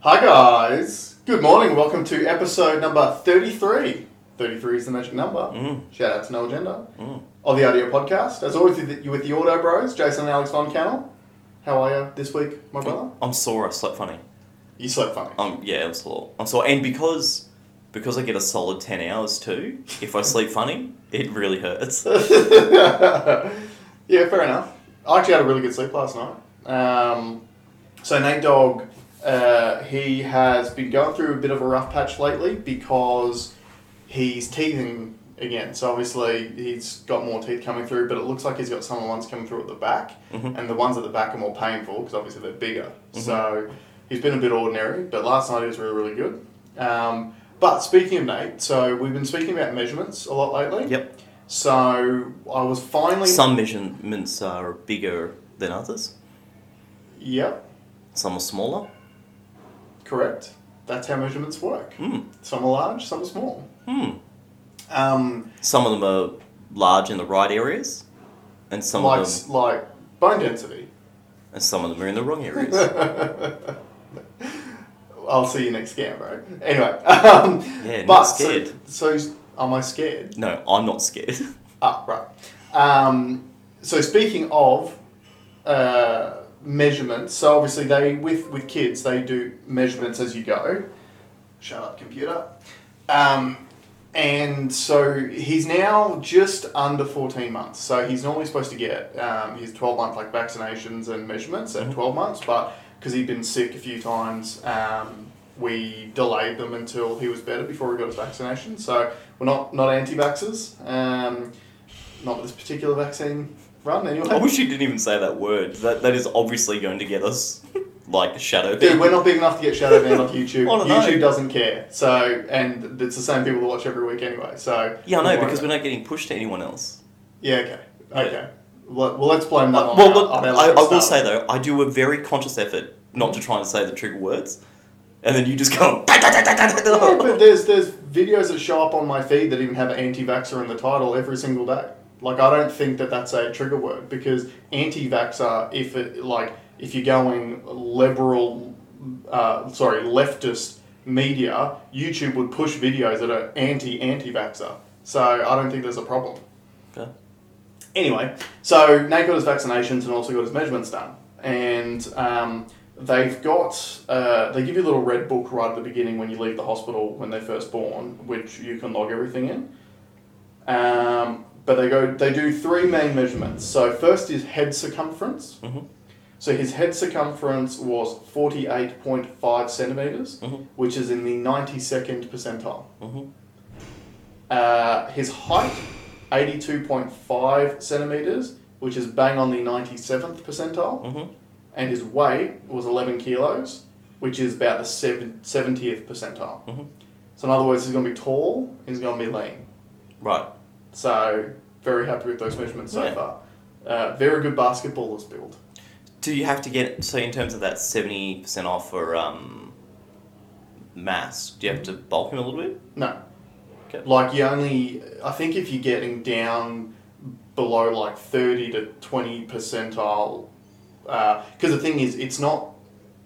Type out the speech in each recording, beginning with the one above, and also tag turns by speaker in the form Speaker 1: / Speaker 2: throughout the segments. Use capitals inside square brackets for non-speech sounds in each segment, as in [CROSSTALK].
Speaker 1: Hi guys. Good morning. Welcome to episode number 33. 33 is the magic number.
Speaker 2: Mm.
Speaker 1: Shout out to No Agenda of the Audio Podcast. As always, with the, with the Auto Bros, Jason and Alex Von Cannell. How are you this week, my brother?
Speaker 2: I'm sore. I slept funny.
Speaker 1: You slept funny.
Speaker 2: Um, yeah, I'm sore. I'm sore, and because because I get a solid ten hours too. If I sleep funny, it really hurts.
Speaker 1: [LAUGHS] yeah, fair enough. I actually had a really good sleep last night. Um, so Nate Dogg, uh, he has been going through a bit of a rough patch lately because he's teething again. So obviously he's got more teeth coming through, but it looks like he's got some of the ones coming through at the back,
Speaker 2: Mhm.
Speaker 1: and the ones at the back are more painful because obviously they're bigger. So he's been a bit ordinary, but last night he was really really good. Um, but speaking of Nate, so we've been speaking about measurements a lot lately.
Speaker 2: Yep.
Speaker 1: So I was finally.
Speaker 2: Some measurements are bigger than others.
Speaker 1: Yep,
Speaker 2: Some are smaller.
Speaker 1: correct. That's how measurements work.
Speaker 2: Hmm.
Speaker 1: Some are large, some are small.
Speaker 2: Hmm.
Speaker 1: Um,
Speaker 2: Some of them are large in the right areas, and some
Speaker 1: like
Speaker 2: of them
Speaker 1: like bone density.
Speaker 2: and some of them are in the wrong areas.
Speaker 1: [LAUGHS] I'll see you next scam, bro. Anyway, [LAUGHS] um,
Speaker 2: Yeah, not
Speaker 1: but
Speaker 2: scared.
Speaker 1: So, so am I scared?
Speaker 2: no, I'm not scared. [LAUGHS]
Speaker 1: Ah, right. Um, so speaking of uh, measurements, so obviously they with with kids they do measurements as you go. Shut up, computer. Um, and so he's now just under 14 months. So he's normally supposed to get um, his 12 month like vaccinations and measurements
Speaker 2: Mm-hmm.
Speaker 1: at 12 months, but because he'd been sick a few times, um, we delayed them until he was better before we got his vaccination. So we're not not anti-vaxxers, um, not with this particular vaccine run anyway.
Speaker 2: I wish you didn't even say that word. That that is obviously going to get us like shadow.
Speaker 1: Dude, we're not big enough to get shadow banned
Speaker 2: [LAUGHS]
Speaker 1: off YouTube.
Speaker 2: I don't know.
Speaker 1: YouTube doesn't care. So, and it's the same people that watch every week anyway. So
Speaker 2: yeah, I
Speaker 1: don't
Speaker 2: know
Speaker 1: worry
Speaker 2: because
Speaker 1: about
Speaker 2: we're not getting pushed to anyone else.
Speaker 1: it. yeah, okay, okay. Well, well, let's blame that on.
Speaker 2: Uh, well,
Speaker 1: our-
Speaker 2: look,
Speaker 1: on our
Speaker 2: I, I will
Speaker 1: start.
Speaker 2: say though, I do a very conscious effort not to try and say the trigger words, and then you just go. "Da, da, da, da, da, da,
Speaker 1: Yeah,
Speaker 2: da."
Speaker 1: but there's there's videos that show up on my feed that even have anti-vaxxer in the title every single day. Like I don't think that that's a trigger word because anti-vaxxer, if it like if you're going liberal, uh, sorry, leftist media, YouTube would push videos that are anti-anti-vaxxer. So I don't think there's a problem.
Speaker 2: Okay. [LAUGHS]
Speaker 1: Anyway, so Nate got his vaccinations and also got his measurements done, and um, they've got uh, they give you a little red book right at the beginning when you leave the hospital when they're first born, which you can log everything in. Um, but they go they do three main measurements. So first is head circumference.
Speaker 2: Mhm.
Speaker 1: So his head circumference was forty eight point five centimeters,
Speaker 2: Mhm.
Speaker 1: which is in the ninety second percentile.
Speaker 2: Mhm.
Speaker 1: Uh, his height, 82.5 centimeters, which is bang on the 97th percentile.
Speaker 2: Mhm.
Speaker 1: And his weight was 11 kilos, which is about the seven, 70th percentile.
Speaker 2: Mhm.
Speaker 1: So, in other words, he's going to be tall, he's going to be lean.
Speaker 2: Right.
Speaker 1: So, very happy with those measurements so
Speaker 2: Yeah.
Speaker 1: far. Uh, very good basketballer's build.
Speaker 2: Do you have to get so in terms of that seventy percent off for um, mass? Do you have to bulk him a little bit?
Speaker 1: No.
Speaker 2: Okay.
Speaker 1: Like, you only, I think if you're getting down below like 30 to 20 percentile, because the thing is, it's not,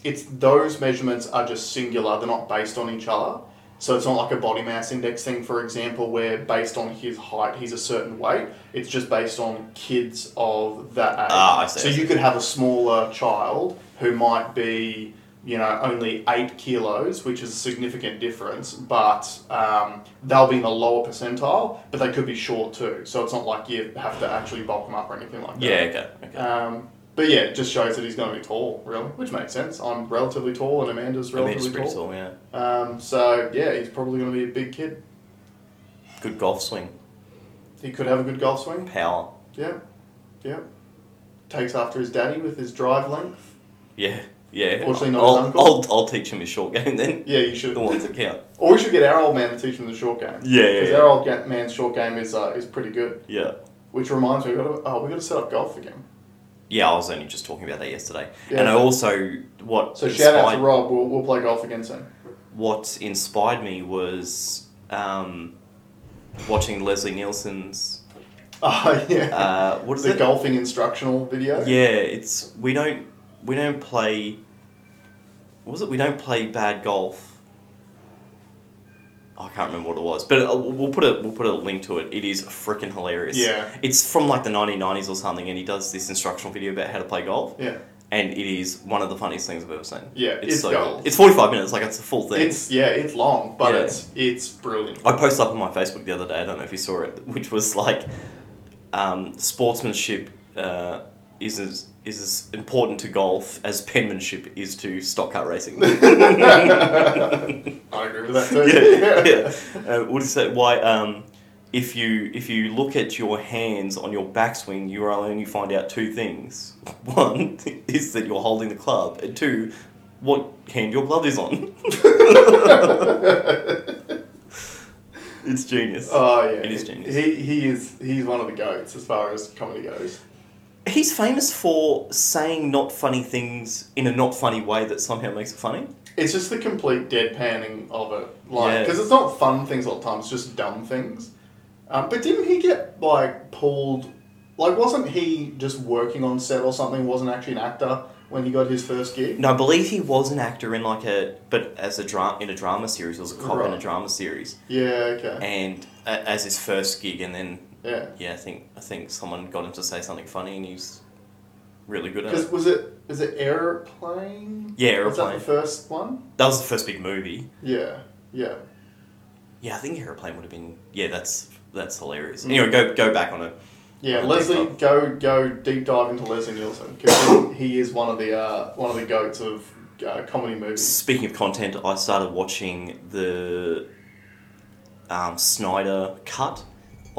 Speaker 1: it's those measurements are just singular, they're not based on each other. So it's not like a body mass index thing, for example, where based on his height, he's a certain weight. It's just based on kids of that age.
Speaker 2: Ah, I see,
Speaker 1: So
Speaker 2: I see.
Speaker 1: you could have a smaller child who might be, you know, only eight kilos, which is a significant difference, but um, they'll be in the lower percentile, but they could be short too. So it's not like you have to actually bulk them up or anything like that.
Speaker 2: Yeah. Okay. Okay.
Speaker 1: Um, but yeah, it just shows that he's going to be tall, really, which makes sense. I'm relatively tall, and Amanda's
Speaker 2: I mean, it's
Speaker 1: relatively
Speaker 2: pretty
Speaker 1: tall.
Speaker 2: tall. Yeah.
Speaker 1: Um, so yeah, he's probably going to be a big kid.
Speaker 2: Good golf swing,
Speaker 1: He could have a good golf swing.
Speaker 2: power.
Speaker 1: Yeah, yeah. Takes after his daddy with his drive length.
Speaker 2: Yeah. Yeah.
Speaker 1: Fortunately not his
Speaker 2: I'll,
Speaker 1: uncle.
Speaker 2: I'll, I'll teach him his short game then.
Speaker 1: Yeah, you should.
Speaker 2: The ones that count.
Speaker 1: Or we should get our old man to teach him the short game.
Speaker 2: Yeah, yeah,
Speaker 1: Because
Speaker 2: yeah.
Speaker 1: our old ga- man's short game is uh, is pretty good.
Speaker 2: Yeah.
Speaker 1: Which reminds me, we got to oh, we got to set up golf again.
Speaker 2: Yeah, I was only just talking about that yesterday,
Speaker 1: Yeah.
Speaker 2: and I also what
Speaker 1: So shout out to
Speaker 2: inspired-
Speaker 1: Rob. We'll, we'll play golf again soon.
Speaker 2: what inspired me was um, watching Leslie Nielsen's.
Speaker 1: Oh yeah.
Speaker 2: [LAUGHS]
Speaker 1: [LAUGHS]
Speaker 2: Uh, what is
Speaker 1: the
Speaker 2: it?
Speaker 1: golfing instructional video.
Speaker 2: Yeah, it's we don't we don't play what was it? We don't play bad golf. I can't remember what it was, but uh, we'll put a we'll put a link to it. It is freaking hilarious.
Speaker 1: Yeah.
Speaker 2: it's from like the nineteen nineties or something, and he does this instructional video about how to play golf,
Speaker 1: Yeah.
Speaker 2: and it is one of the funniest things I've ever seen.
Speaker 1: Yeah,
Speaker 2: it's,
Speaker 1: it's
Speaker 2: so
Speaker 1: gold.
Speaker 2: good. It's forty five minutes, like it's a full thing.
Speaker 1: It's yeah, it's long, but
Speaker 2: Yeah.
Speaker 1: it's it's
Speaker 2: [LAUGHS]
Speaker 1: brilliant. [LAUGHS]
Speaker 2: I posted up on my Facebook the other day. I don't know if you saw it, which was like, um, sportsmanship uh, is as is as important to golf as penmanship is to stock car
Speaker 1: [LAUGHS]
Speaker 2: racing.
Speaker 1: I agree with that too.
Speaker 2: yeah, yeah. Uh, what do you say? Why? Um, if you if you look at your hands on your backswing, you will only find out two things. [LAUGHS] One is that you're holding the club, and two, what hand your glove is on. [LAUGHS] it's genius.
Speaker 1: [LAUGHS] Oh yeah,
Speaker 2: It is genius.
Speaker 1: He he is he's one of the goats as far as comedy goes.
Speaker 2: He's famous for saying not funny things in a not funny way that somehow makes it funny.
Speaker 1: It's just the complete deadpanning of it, like
Speaker 2: Yeah.
Speaker 1: because it's not fun things all the time. It's just dumb things. Um, but didn't he get like pulled? Like, wasn't he just working on set or something? Wasn't actually an actor when he got his first gig.
Speaker 2: No, I believe he was an actor in like a, but as a drama in a drama series, he was a cop in a
Speaker 1: Right.
Speaker 2: drama series,
Speaker 1: Yeah. Okay.
Speaker 2: and a, as his first gig, and then
Speaker 1: Yeah.
Speaker 2: yeah, I think I think someone got him to say something funny, and he's really good at
Speaker 1: Because
Speaker 2: it.
Speaker 1: was it is it airplane?
Speaker 2: Yeah,
Speaker 1: Was that
Speaker 2: Aeroplane.
Speaker 1: the first one?
Speaker 2: That was the first big movie.
Speaker 1: Yeah. Yeah.
Speaker 2: Yeah, I think Aeroplane would have been. Yeah, that's that's hilarious.
Speaker 1: Mm.
Speaker 2: Anyway, go go back on it.
Speaker 1: Yeah,
Speaker 2: Deep
Speaker 1: Leslie,
Speaker 2: dive.
Speaker 1: go go deep dive into Leslie Nielsen because he, he is one of the uh, one of the goats of uh, comedy movies.
Speaker 2: Speaking of content, I started watching the um, Snyder cut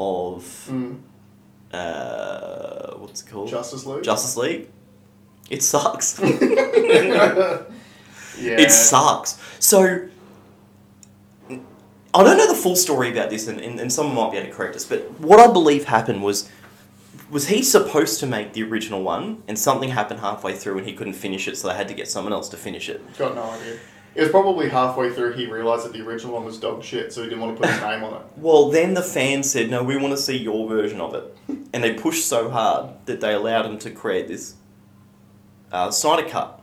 Speaker 2: of
Speaker 1: Mm,
Speaker 2: uh, what's it called?
Speaker 1: Justice League.
Speaker 2: Justice League. It sucks.
Speaker 1: yeah.
Speaker 2: It sucks. So I don't know the full story about this, and, and, and someone might be able to correct us. But what I believe happened was was he supposed to make the original one, and something happened halfway through, and he couldn't finish it, so they had to get someone else to finish it.
Speaker 1: Got no idea. It was probably halfway through he realised that the original one was dog shit, so he didn't want to put his name on it.
Speaker 2: Well, then the fans said, "No, we want to see your version of it," and they pushed so hard that they allowed him to create this uh, Snyder cut.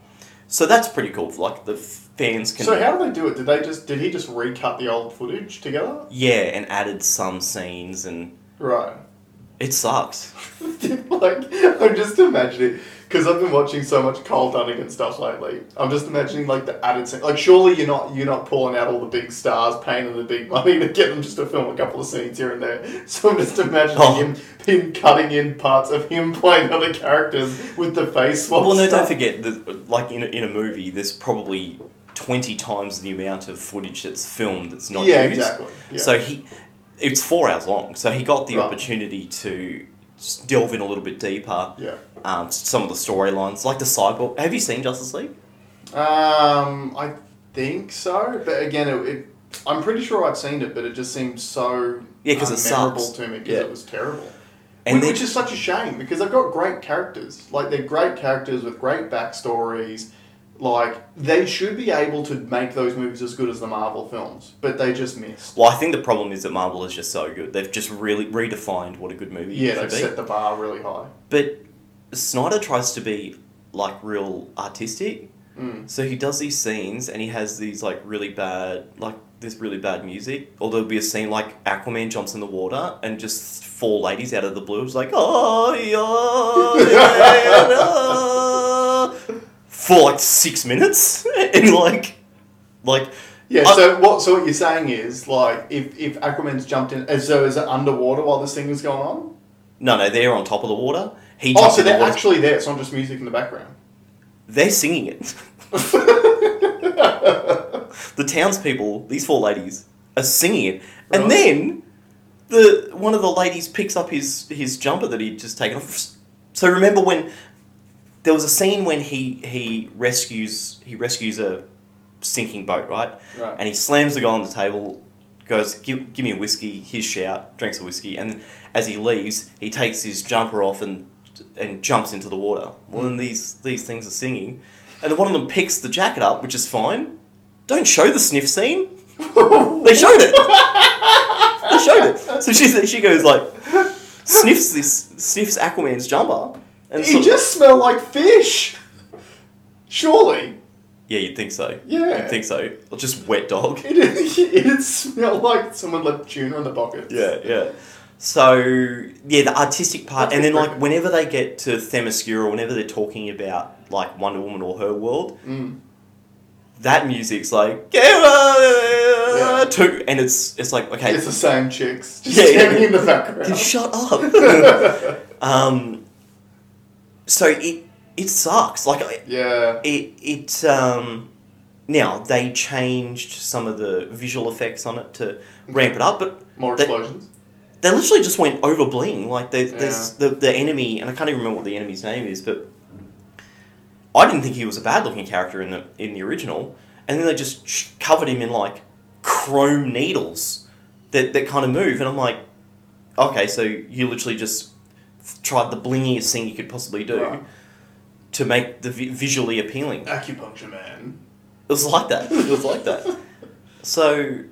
Speaker 2: So that's pretty cool. Like the fans can.
Speaker 1: So how did they do it? Did they just did he just recut the old footage together?
Speaker 2: Yeah, and added some scenes, and
Speaker 1: Right.
Speaker 2: it sucks.
Speaker 1: [LAUGHS] like I'm just imagining because I've been watching so much Carl Dunning and stuff lately. I'm just imagining like the added scene. Like surely you're not you're not pulling out all the big stars, paying them the big money to get them just to film a couple of scenes here and there. [LAUGHS] So I'm just imagining
Speaker 2: Oh.
Speaker 1: him him cutting in parts of him [LAUGHS] playing other characters with the face swap.
Speaker 2: Well, no, don't
Speaker 1: stuff.
Speaker 2: forget that, like in a, in a movie, there's probably twenty times the amount of footage that's filmed that's not
Speaker 1: Yeah,
Speaker 2: used.
Speaker 1: exactly. Yeah.
Speaker 2: So he, it's four hours long. So he got the
Speaker 1: Right.
Speaker 2: opportunity to s- delve in a little bit deeper.
Speaker 1: yeah.
Speaker 2: Um, some of the storylines, like the cyborg. Have you seen Justice League?
Speaker 1: Um, I think so, but again, it. it I'm pretty sure I'd seen it, but it just seemed so
Speaker 2: Yeah, 'cause it
Speaker 1: unmemorable
Speaker 2: sucks.
Speaker 1: to me because
Speaker 2: Yeah.
Speaker 1: it was terrible.
Speaker 2: And
Speaker 1: which,
Speaker 2: then-
Speaker 1: which is such a shame because they've got great characters. Like they're great characters with great backstories. Like they should be able to make those movies as good as the Marvel films, but they just missed.
Speaker 2: Well, I think the problem is that Marvel is just so good. They've just really redefined what a good movie
Speaker 1: Yeah,
Speaker 2: should
Speaker 1: they've
Speaker 2: be.
Speaker 1: set the bar really high.
Speaker 2: But Snyder tries to be like real artistic.
Speaker 1: Mm.
Speaker 2: So he does these scenes and he has these like really bad, like this really bad music. Or there'll be a scene like Aquaman jumps in the water and just four ladies out of the blue is like, oh, yeah, yeah, yeah," for like six minutes. [LAUGHS] And like, like,
Speaker 1: Yeah.
Speaker 2: I-
Speaker 1: so what? So what you're saying is like if if Aquaman's jumped in, and so is it underwater while this thing is going on?
Speaker 2: no, no, they're on top of the water. He
Speaker 1: Oh,
Speaker 2: jumps
Speaker 1: so
Speaker 2: in the
Speaker 1: they're
Speaker 2: water.
Speaker 1: actually there. It's not just music in the background.
Speaker 2: they're singing it. [LAUGHS] the townspeople, these four ladies, are singing it,
Speaker 1: Right.
Speaker 2: and then the one of the ladies picks up his his jumper that he'd just taken off. So remember when there was a scene when he he rescues he rescues a sinking boat, right?
Speaker 1: Right.
Speaker 2: And he slams the guy on the table, goes, "Give, give me a whiskey." His shout, drinks a whiskey, and as he leaves, he takes his jumper off and and jumps into the water. Well,
Speaker 1: Hmm.
Speaker 2: then these these things are singing, and then one of them picks the jacket up, which is fine. Don't show the sniff scene. They
Speaker 1: [LAUGHS]
Speaker 2: showed it. they showed it. So she she goes like sniffs this sniffs Aquaman's jumper, and
Speaker 1: he
Speaker 2: sort of-
Speaker 1: just smelled like fish. Surely.
Speaker 2: Yeah, you'd think so.
Speaker 1: Yeah.
Speaker 2: You'd think so. Or just wet
Speaker 1: [LAUGHS]
Speaker 2: dog.
Speaker 1: It, it, it smelled like someone left tuna in the bucket.
Speaker 2: Yeah, yeah. So yeah, the artistic part,
Speaker 1: That's
Speaker 2: and then
Speaker 1: different.
Speaker 2: like whenever they get to Themyscira, whenever they're talking about like Wonder Woman or her world,
Speaker 1: Mm.
Speaker 2: that music's like yeah.
Speaker 1: Yeah.
Speaker 2: two, and it's it's like okay,
Speaker 1: It's the same chicks just
Speaker 2: Yeah, yeah,
Speaker 1: standing
Speaker 2: yeah.
Speaker 1: in the background.
Speaker 2: shut
Speaker 1: [LAUGHS]
Speaker 2: up. um, so it it sucks. Like I-
Speaker 1: yeah.
Speaker 2: it it um, now they changed some of the visual effects on it to ramp it up, but
Speaker 1: More
Speaker 2: They-
Speaker 1: explosions.
Speaker 2: they literally just went over bling. Like they, there's
Speaker 1: Yeah.
Speaker 2: the the enemy, and I can't even remember what the enemy's name is, but I didn't think he was a bad looking character in the in the original, and then they just sh- covered him in like chrome needles that that kind of move, and I'm like, okay, so you literally just tried the blingiest thing you could possibly do
Speaker 1: Right.
Speaker 2: to make the vi- visually appealing.
Speaker 1: Acupuncture man.
Speaker 2: It was like that. [LAUGHS] It was like that. So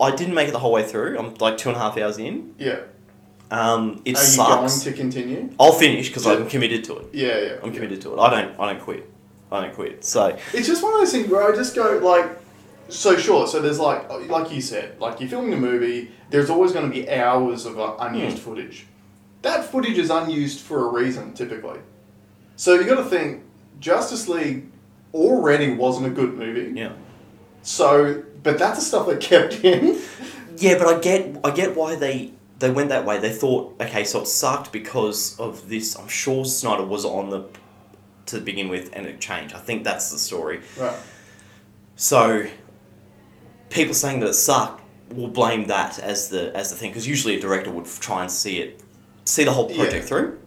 Speaker 2: I didn't make it the whole way through. I'm like two and a half hours in.
Speaker 1: [LAUGHS] Yeah.
Speaker 2: Um, it
Speaker 1: Are you
Speaker 2: sucks.
Speaker 1: going to continue?
Speaker 2: I'll finish because
Speaker 1: Yeah.
Speaker 2: I'm committed to it.
Speaker 1: Yeah, yeah.
Speaker 2: I'm committed to it. I don't. I don't quit. I don't quit. So
Speaker 1: It's just one of those things where I just go like, so sure. So there's like, oh, like you said, like you're filming a movie. There's always going to be hours of uh, unused footage. That footage is unused for a reason, typically. So you got to think, Justice League already wasn't a good movie.
Speaker 2: yeah.
Speaker 1: So, but that's the stuff they kept in.
Speaker 2: Yeah, but I get. I get why they they went that way. They thought, okay, so it sucked because of this. I'm sure Snyder was on the to begin with, and it changed. I think that's the story.
Speaker 1: Right.
Speaker 2: So people saying that it sucked will blame that as the as the thing because usually a director would f- try and see it see the whole project
Speaker 1: Yeah.
Speaker 2: through,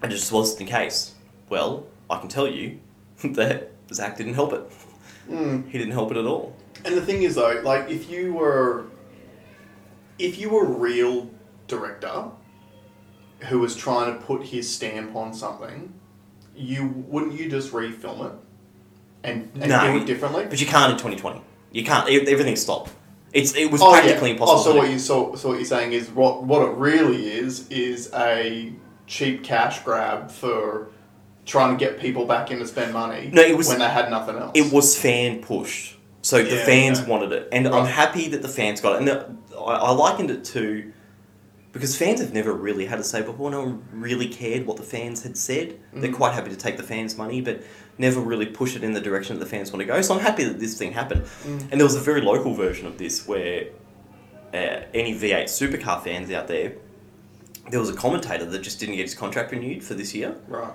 Speaker 2: and it just wasn't the case. Well, I can tell you [LAUGHS] that Zach didn't help it.
Speaker 1: Mm.
Speaker 2: He didn't help it at all.
Speaker 1: And the thing is though, like if you were if you were a real director who was trying to put his stamp on something, you wouldn't you just refilm it and, and
Speaker 2: No.
Speaker 1: do it differently?
Speaker 2: But you can't in twenty twenty. You can't. e- Everything stopped. It's it was
Speaker 1: Oh, yeah.
Speaker 2: practically impossible.
Speaker 1: Oh, so
Speaker 2: to
Speaker 1: what
Speaker 2: do.
Speaker 1: you so, so what you're saying is what what it really is is a cheap cash grab for trying to get people back in to spend money
Speaker 2: No, it was-
Speaker 1: when they had nothing else.
Speaker 2: It was fan pushed. So the
Speaker 1: Yeah,
Speaker 2: fans
Speaker 1: okay.
Speaker 2: wanted it. And I'm
Speaker 1: Right.
Speaker 2: happy that the fans got it. And the, I, I likened it to. Because fans have never really had a say before. No one really cared what the fans had said. They're
Speaker 1: Mhm.
Speaker 2: quite happy to take the fans' money, but never really push it in the direction that the fans want to go. So I'm happy that this thing happened.
Speaker 1: Mm.
Speaker 2: And there was a very local version of this where uh, any V8 supercar fans out there, there was a commentator that just didn't get his contract renewed for this year.
Speaker 1: right.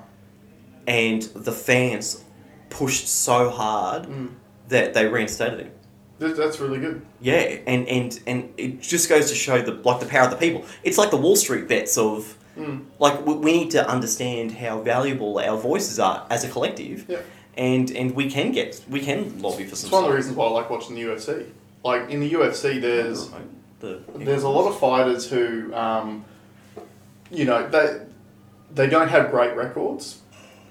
Speaker 2: And the fans pushed so hard
Speaker 1: Mm.
Speaker 2: that they reinstated him.
Speaker 1: That, that's really good.
Speaker 2: Yeah, and and and it just goes to show the like the power of the people. It's like the Wall Street bets of
Speaker 1: Mm.
Speaker 2: like we, we need to understand how valuable our voices are as a collective,
Speaker 1: Yeah.
Speaker 2: and and we can get we can lobby for some.
Speaker 1: It's one of the reasons why I like watching the UFC. Like in the UFC, there's
Speaker 2: stuff. The-
Speaker 1: there's a lot of fighters who, um, you know, they they don't have great records,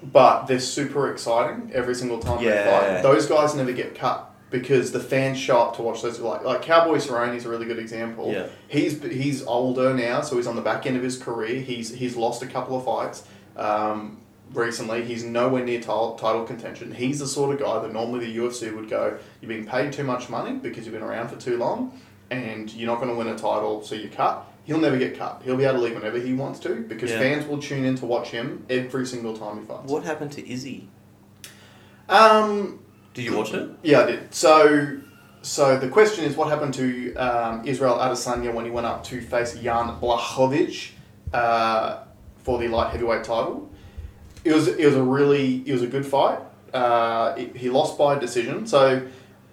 Speaker 1: but they're super exciting every single time they
Speaker 2: Yeah.
Speaker 1: fight. Those guys never get cut because the fans show up to watch those. Like like Cowboy Cerrone is a really good example.
Speaker 2: Yeah.
Speaker 1: He's he's older now, so he's on the back end of his career. He's he's lost a couple of fights. Um, recently. He's nowhere near title, title contention. He's the sort of guy that normally the UFC would go, you've been paid too much money because you've been around for too long and you're not going to win a title, so you cut. He'll never get cut. He'll be able to leave whenever he wants to because
Speaker 2: Yeah.
Speaker 1: fans will tune in to watch him every single time he fights.
Speaker 2: What happened to Izzy?
Speaker 1: Um,
Speaker 2: Did you watch it?
Speaker 1: yeah, I did. So, so the question is, what happened to um, Israel Adesanya when he went up to face Jan Blachowicz uh, for the light heavyweight title? It was it was a really it was a good fight. Uh, it- he lost by decision. So,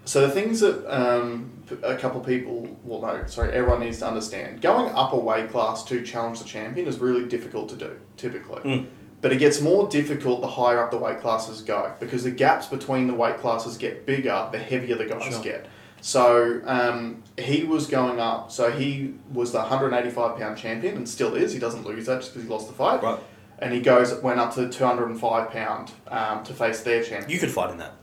Speaker 1: so the things that um, p- a couple people, well, no, sorry, everyone needs to understand: going up a weight class to challenge the champion is really difficult to do, typically.
Speaker 2: Mm.
Speaker 1: But it gets more difficult the higher up the weight classes go because the gaps between the weight classes get bigger the heavier the guys
Speaker 2: Sure.
Speaker 1: get. So um, he was going up. So he was the 185 pound champion and still is. He doesn't lose that just because he lost the fight.
Speaker 2: Right,
Speaker 1: And he goes went up to 205 pound um, to face their champion.
Speaker 2: you could fight in that.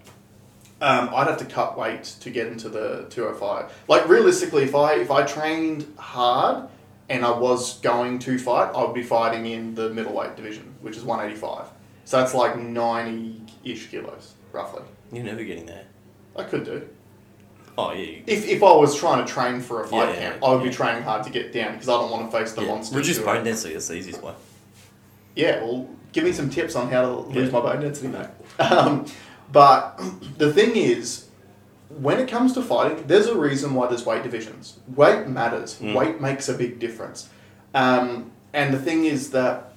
Speaker 1: Um, I'd have to cut weight to get into the 205. Like realistically, if I if I trained hard and I was going to fight, I would be fighting in the middleweight division, which is 185. So that's like 90. ish kilos, roughly.
Speaker 2: You're never getting there.
Speaker 1: I could do.
Speaker 2: Oh yeah. You,
Speaker 1: If, if I was trying to train for a fight
Speaker 2: Yeah,
Speaker 1: camp, I would
Speaker 2: yeah.
Speaker 1: be training hard to get down because I don't want to face the
Speaker 2: yeah.
Speaker 1: monster.
Speaker 2: Reduce
Speaker 1: who-
Speaker 2: bone density. That's the easiest way.
Speaker 1: Yeah, well, give me some tips on how to lose my
Speaker 2: Yeah.
Speaker 1: bone density, mate. Um, but [CLEARS THROAT] the thing is, when it comes to fighting, there's a reason why there's weight divisions. Weight matters.
Speaker 2: Mm.
Speaker 1: Weight makes a big difference. Um, and the thing is that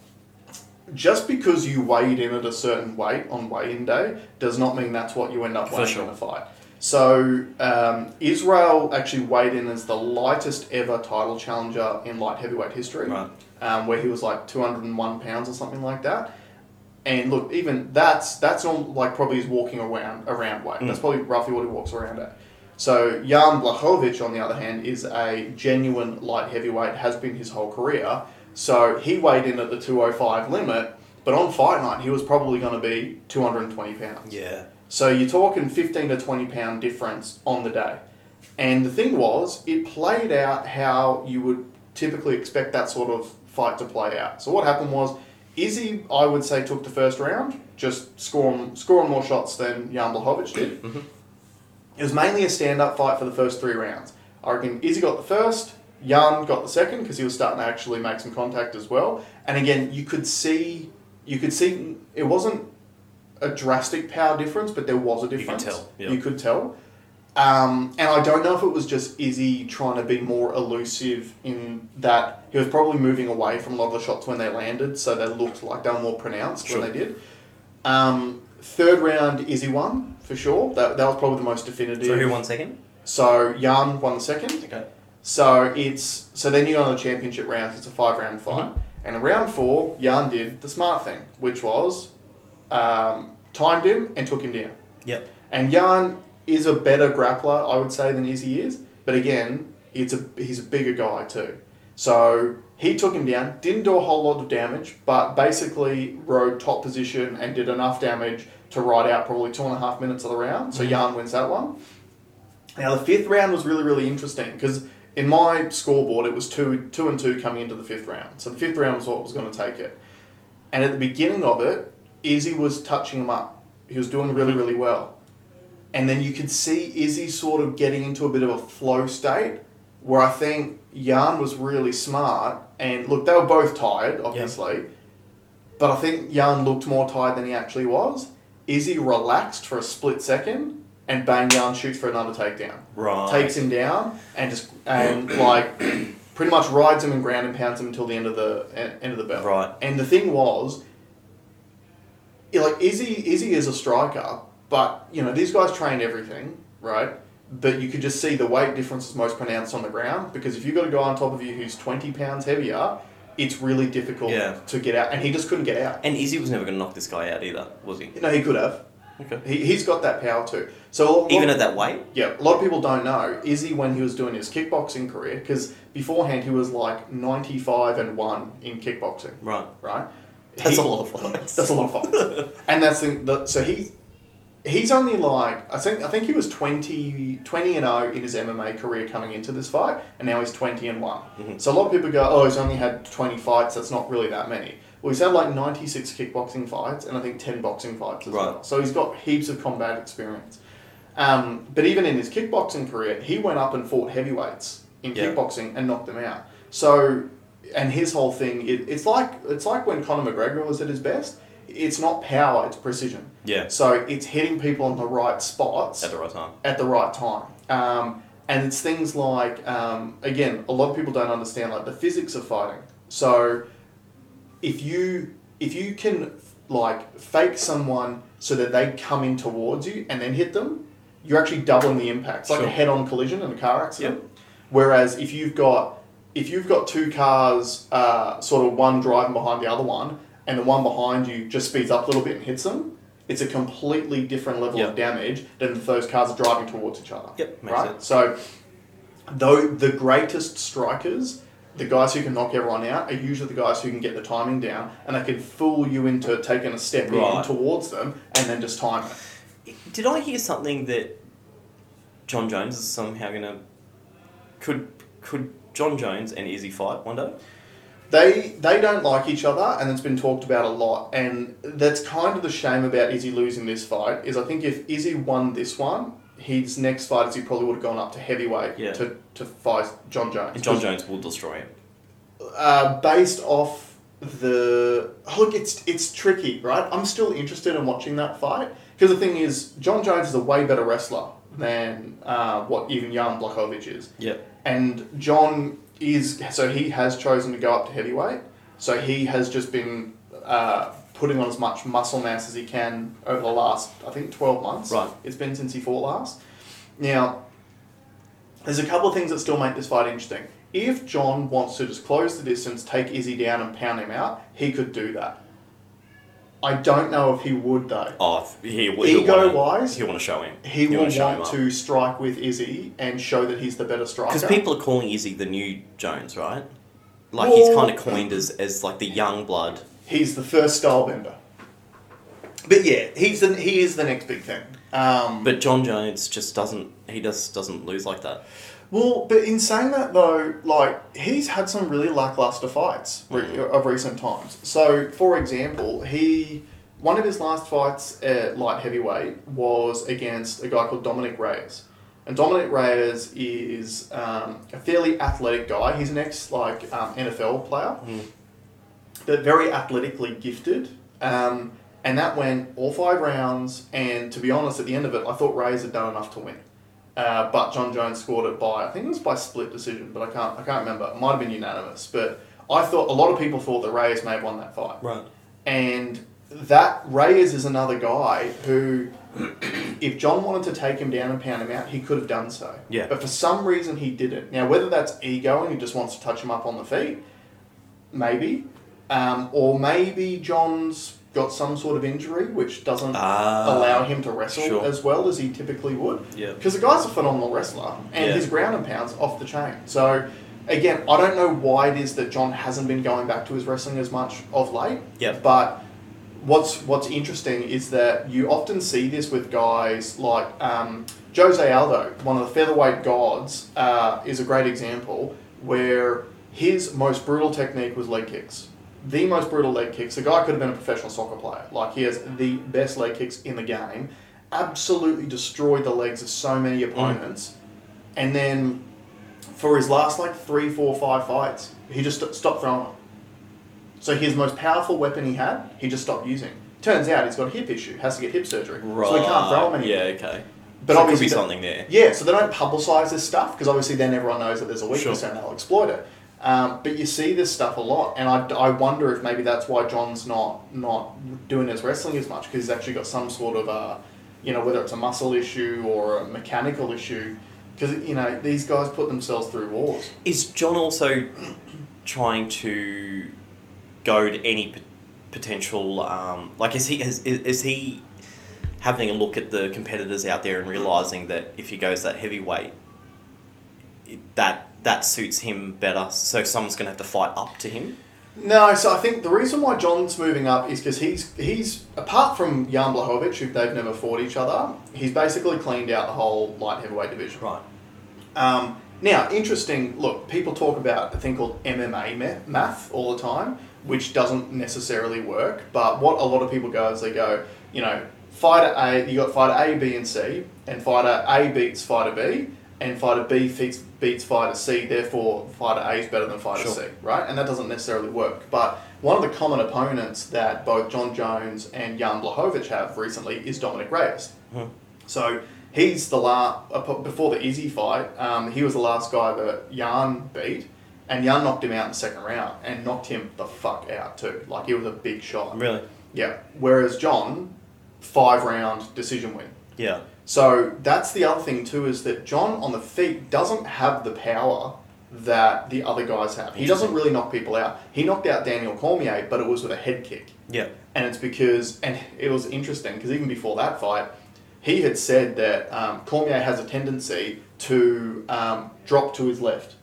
Speaker 1: just because you weighed in at a certain weight on weigh-in day does not mean that's what you end up
Speaker 2: For
Speaker 1: weighing
Speaker 2: sure.
Speaker 1: in a fight. So um, Israel actually weighed in as the lightest ever title challenger in light heavyweight history
Speaker 2: Right.
Speaker 1: um, where he was like 201 pounds or something like that. And look, even that's that's on like probably his walking around around weight. That's
Speaker 2: Mm.
Speaker 1: probably roughly what he walks around at. So Jan Blachowicz, on the other hand, is a genuine light heavyweight, has been his whole career. So he weighed in at the 205 limit, but on fight night he was probably going to be 220 pounds.
Speaker 2: Yeah.
Speaker 1: So you're talking 15 to 20 pound difference on the day. And the thing was, it played out how you would typically expect that sort of fight to play out. So what happened was, Izzy, I would say, took the first round, just scoring, scoring more shots than Jan Blachowicz did. It was mainly a stand-up fight for the first three rounds. I reckon Izzy got the first, Jan got the second because he was starting to actually make some contact as well. And again, you could see, you could see it wasn't a drastic power difference, but there was a
Speaker 2: could
Speaker 1: difference.
Speaker 2: tell, yeah.
Speaker 1: You could tell. Um, and I don't know if it was just Izzy trying to be more elusive in that he was probably moving away from a lot of the shots when they landed, so they looked like they were more pronounced
Speaker 2: Sure.
Speaker 1: when they did. Um, third round, Izzy won for sure. That, that was probably the most definitive.
Speaker 2: So who won second?
Speaker 1: So Jan won the second.
Speaker 2: Okay.
Speaker 1: So it's so then you go on the championship rounds. It's a five round fight,
Speaker 2: Mm-hmm.
Speaker 1: and in round four, Jan did the smart thing, which was um, timed him and took him down.
Speaker 2: Yep.
Speaker 1: And Jan is a better grappler, I would say, than Izzy is. But again, it's a he's a bigger guy too. So he took him down, didn't do a whole lot of damage, but basically rode top position and did enough damage to ride out probably two and a half minutes of the round. So Jan wins that one. Now the fifth round was really really interesting because in my scoreboard it was two two and two coming into the fifth round. So the fifth round was what was going to take it. And at the beginning of it, Izzy was touching him up. He was doing really really well. And then you could see Izzy sort of getting into a bit of a flow state where I think Jan was really smart. And look, they were both tired, obviously. But I think Jan looked more tired than he actually was. Izzy relaxed for a split second and bang, Jan shoots for another takedown.
Speaker 2: Right.
Speaker 1: Takes him down and just, and like, pretty much rides him and ground and pounds him until the end of the e, end of the bell.
Speaker 2: Right.
Speaker 1: And the thing was, yeah, like Izzy, Izzy is a striker, but you know these guys train everything, right? But you could just see the weight difference is most pronounced on the ground because if you've got a guy on top of you who's twenty pounds heavier, it's really difficult
Speaker 2: Yeah.
Speaker 1: to get out, and he just couldn't get out.
Speaker 2: And Izzy was never going to knock this guy out either, was he?
Speaker 1: No, he could have.
Speaker 2: Okay.
Speaker 1: He, he's got that power too. So a lot-
Speaker 2: Even at that weight.
Speaker 1: yeah, a lot of people don't know Izzy when he was doing his kickboxing career because beforehand he was like ninety five and one in kickboxing,
Speaker 2: Right.
Speaker 1: right?
Speaker 2: That's
Speaker 1: He-
Speaker 2: a lot of fights.
Speaker 1: That's a lot of fights.
Speaker 2: [LAUGHS]
Speaker 1: and that's the, the so he he's only like I think I think he was 20, 20 and 0 in his MMA career coming into this fight and now he's 20 and one
Speaker 2: Mhm.
Speaker 1: So a lot of people go, "Oh, he's only had 20 fights, that's not really that many." Well, he's had like 96 kickboxing fights and I think 10 boxing fights as
Speaker 2: Right.
Speaker 1: well. So he's got heaps of combat experience. Um, but even in his kickboxing career, he went up and fought heavyweights in
Speaker 2: Yeah.
Speaker 1: kickboxing and knocked them out. So, and his whole thing, it, it's like it's like when Conor McGregor was at his best. It's not power; it's precision.
Speaker 2: Yeah.
Speaker 1: So it's hitting people on the right spots
Speaker 2: At the right time.
Speaker 1: at the right time. Um, and it's things like, um, again, a lot of people don't understand like the physics of fighting. So if you if you can like fake someone so that they come in towards you and then hit them, you're actually doubling the impact. It's like
Speaker 2: Sure.
Speaker 1: a head-on collision in a car accident. Whereas if you've got if you've got two cars, uh, sort of one driving behind the other one, and the one behind you just speeds up a little bit and hits them, it's a completely different level
Speaker 2: Yep.
Speaker 1: of damage than if those cars are driving towards each other.
Speaker 2: Yep, makes
Speaker 1: right. So, though the greatest strikers, the guys who can knock everyone out, are usually the guys who can get the timing down, and they can fool you into taking a step in
Speaker 2: Right.
Speaker 1: towards them and then just time it.
Speaker 2: Did I hear something that John Jones is somehow going to could could John Jones and Izzy fight one day?
Speaker 1: They they don't like each other, and it's been talked about a lot. And that's kind of the shame about Izzy losing this fight. Is I think if Izzy won this one, his next fight is he probably would have gone up to heavyweight
Speaker 2: Yeah.
Speaker 1: to to fight John Jones.
Speaker 2: And John Jones will destroy him.
Speaker 1: uh, based off the oh, look, it's it's tricky, right? I'm still interested in watching that fight because the thing is, John Jones is a way better wrestler than uh, what even Jan Blachowicz is,
Speaker 2: Yeah.
Speaker 1: and John is so he has chosen to go up to heavyweight, so he has just been uh, putting on as much muscle mass as he can over the last I think twelve months.
Speaker 2: Right.
Speaker 1: it's been since he fought last. Now, there's a couple of things that still make this fight interesting. If John wants to just close the distance, take Izzy down and pound him out, he could do that. I don't know if he would though.
Speaker 2: Oh, he will.
Speaker 1: Ego-wise,
Speaker 2: He'll want to show him.
Speaker 1: He
Speaker 2: He'll
Speaker 1: will
Speaker 2: wanna show him
Speaker 1: want
Speaker 2: up.
Speaker 1: to strike with Izzy and show that he's the better striker.
Speaker 2: Because people are calling Izzy the new Jones, right? Like he's
Speaker 1: Well-
Speaker 2: kind of coined as, as like the young blood.
Speaker 1: He's the first style bender. But yeah, he's the, he is the next big thing. Um,
Speaker 2: But John Jones just doesn't. He just doesn't lose like that.
Speaker 1: well, but in saying that though, like he's had some really lackluster fights re- of recent times. So, for example, he one of his last fights at light heavyweight was against a guy called Dominic Reyes. And Dominic Reyes is um, a fairly athletic guy. He's an ex like um, NFL player. but very athletically gifted. Um, and that went all five rounds. And to be honest, at the end of it, I thought Rays had done enough to win. Uh, but John Jones scored it by I think it was by split decision, but I can't I can't remember. It might have been unanimous, but I thought a lot of people thought that Reyes may have won that fight.
Speaker 2: Right.
Speaker 1: And that Reyes is another guy who, if John wanted to take him down and pound him out, he could have done so.
Speaker 2: Yeah.
Speaker 1: But for some reason, he didn't. Now, whether that's ego and he just wants to touch him up on the feet, maybe. Um, or maybe John's got some sort of injury which doesn't
Speaker 2: Ah,
Speaker 1: allow him to wrestle
Speaker 2: sure.
Speaker 1: as well as he typically would.
Speaker 2: Yeah.
Speaker 1: Because the guy's a phenomenal wrestler and
Speaker 2: Yeah.
Speaker 1: his ground and pounds off the chain. So, again, I don't know why it is that John hasn't been going back to his wrestling as much of late.
Speaker 2: Yep.
Speaker 1: But what's what's interesting is that you often see this with guys like um, Jose Aldo, one of the featherweight gods, uh, is a great example where his most brutal technique was leg kicks. The most brutal leg kicks. The guy could have been a professional soccer player. Like he has the best leg kicks in the game. Absolutely destroyed the legs of so many opponents, and then for his last like three, four, five fights, he just st- stopped throwing them. So his most powerful weapon he had, he just stopped using. Turns out he's got a hip issue, has to get hip surgery,
Speaker 2: Right.
Speaker 1: so he can't throw him anymore.
Speaker 2: Yeah. Okay.
Speaker 1: But
Speaker 2: so it could
Speaker 1: obviously
Speaker 2: be
Speaker 1: the-
Speaker 2: something there.
Speaker 1: Yeah, so they don't publicise this stuff because obviously then everyone knows that there's a weakness
Speaker 2: Sure.
Speaker 1: and they'll exploit it. Um, but you see this stuff a lot, and I, I wonder if maybe that's why John's not not doing his wrestling as much because he's actually got some sort of a, you know, whether it's a muscle issue or a mechanical issue, because you know these guys put themselves through wars.
Speaker 2: Is John also trying to goad any p- potential? Um, like, is he is, is is he having a look at the competitors out there and realizing that if he goes that heavyweight, it- that that suits him better. So someone's gonna have to fight up to him.
Speaker 1: No, so I think the reason why John's moving up is because he's he's apart from Jan Blachowicz, who they've never fought each other, he's basically cleaned out the whole light heavyweight division.
Speaker 2: Right.
Speaker 1: Um, now, interesting. Look, people talk about a thing called MMA ma- math all the time, which doesn't necessarily work. But what a lot of people go is they go, you know, fighter A, you got fighter A, B, and C, and fighter A beats fighter B, and fighter B beats beats fighter C. Therefore, fighter A is better than fighter
Speaker 2: Sure.
Speaker 1: C, right? And that doesn't necessarily work. But one of the common opponents that both John Jones and Jan Blachowicz have recently is Dominic Reyes. So he's the last before the Izzy fight. Um, he was the last guy that Jan beat, and Jan knocked him out in the second round and knocked him the fuck out too. Like he was a big shot.
Speaker 2: Really?
Speaker 1: Yeah. Whereas John, five round decision win.
Speaker 2: Yeah.
Speaker 1: So that's the other thing too is that John on the feet doesn't have the power that the other guys have. He doesn't really knock people out. He knocked out Daniel Cormier, but it was with a head kick
Speaker 2: Yeah.
Speaker 1: and it's because and it was interesting because even before that fight, he had said that um, Cormier has a tendency to um, drop to his left,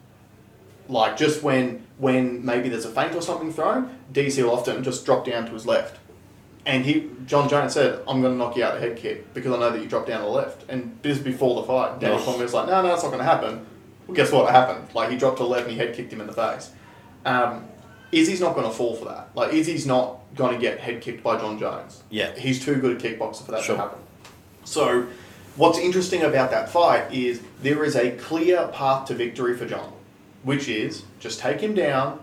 Speaker 1: like just when when maybe there's a feint or something thrown, DC will often just drop down to his left, and he John Jones said, "I'm going to knock you out the head kick because I know that you drop down to the left." And this is before the fight, Daniel
Speaker 2: Nice.
Speaker 1: Cormier was like, "No, no, it's not going to happen." Well, guess what happened? Like he dropped to the left and he head kicked him in the face. Um, Izzy's not going to fall for that. Like Izzy's not going to get head kicked by John Jones.
Speaker 2: Yeah.
Speaker 1: He's too good a kickboxer for that
Speaker 2: Sure.
Speaker 1: to happen. So, what's interesting about that fight is there is a clear path to victory for John, which is just take him down,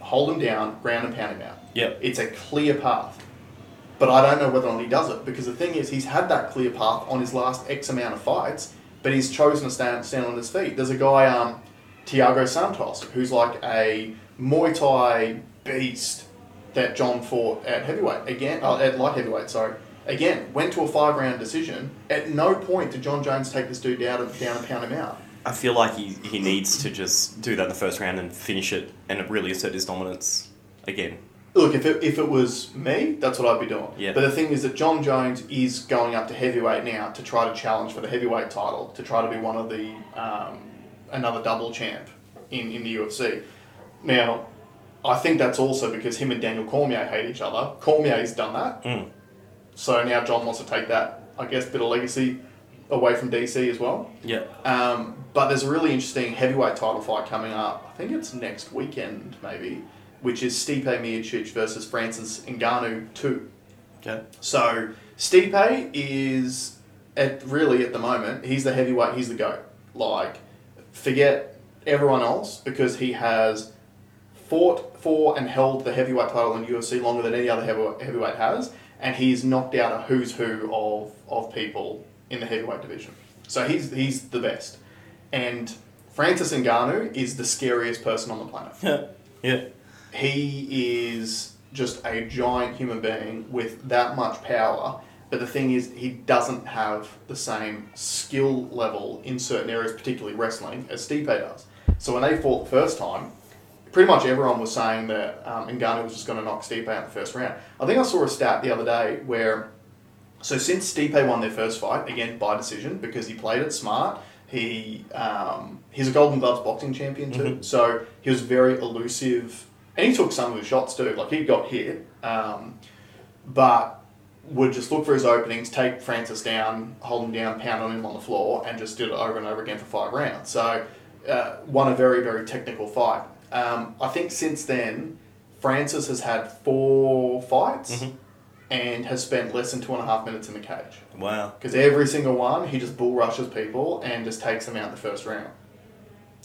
Speaker 1: hold him down, ground and pound him out.
Speaker 2: Yep.
Speaker 1: It's a clear path. But I don't know whether or not he does it because the thing is, he's had that clear path on his last X amount of fights, but he's chosen to stand, stand on his feet. There's a guy, um, Tiago Santos, who's like a Muay Thai beast that John fought at heavyweight again, oh, at light heavyweight, sorry. Again, went to a five round decision. At no point did John Jones take this dude down and, down and pound him out.
Speaker 2: I feel like he, he needs to just do that in the first round and finish it and really assert his dominance again.
Speaker 1: Look, if it, if it was me, that's what I'd be doing.
Speaker 2: Yeah.
Speaker 1: But the thing is that John Jones is going up to heavyweight now to try to challenge for the heavyweight title, to try to be one of the um, another double champ in, in the UFC. Now, I think that's also because him and Daniel Cormier hate each other. Cormier's done that,
Speaker 2: Mm.
Speaker 1: so now John wants to take that, I guess, bit of legacy away from DC as well.
Speaker 2: Yeah.
Speaker 1: Um, but there's a really interesting heavyweight title fight coming up. I think it's next weekend, maybe, which is Stipe Miocic versus Francis Ngannou 2.
Speaker 2: Okay. [LAUGHS]
Speaker 1: So Stipe is at really at the moment he's the heavyweight. He's the goat. Like forget everyone else because he has fought for and held the heavyweight title in UFC longer than any other heavy- heavyweight has, and he's knocked out a who's who of of people in the heavyweight division. So he's he's the best, and Francis Ngannou is the scariest person on the planet
Speaker 2: Yeah. Yeah.
Speaker 1: he is just a giant human being with that much power. But the thing is, he doesn't have the same skill level in certain areas, particularly wrestling, as Stipe does. So when they fought the first time, pretty much everyone was saying that um, Ngannou was just going to knock Stipe out in the first round. I think I saw a stat the other day where so since Stipe won their first fight, again by decision, because he played it smart, he um, he's a Golden Gloves boxing champion too. So he was very elusive, and he took some of the shots too. Like he got hit, um, but would just look for his openings, take Francis down, hold him down, pound on him on the floor, and just did it over and over again for five rounds. So uh, won a very very technical fight. Um, I think since then, Francis has had four fights and has spent less than two and a half minutes in the cage.
Speaker 2: Wow.
Speaker 1: Because every single one, he just bull rushes people and just takes them out in the first round.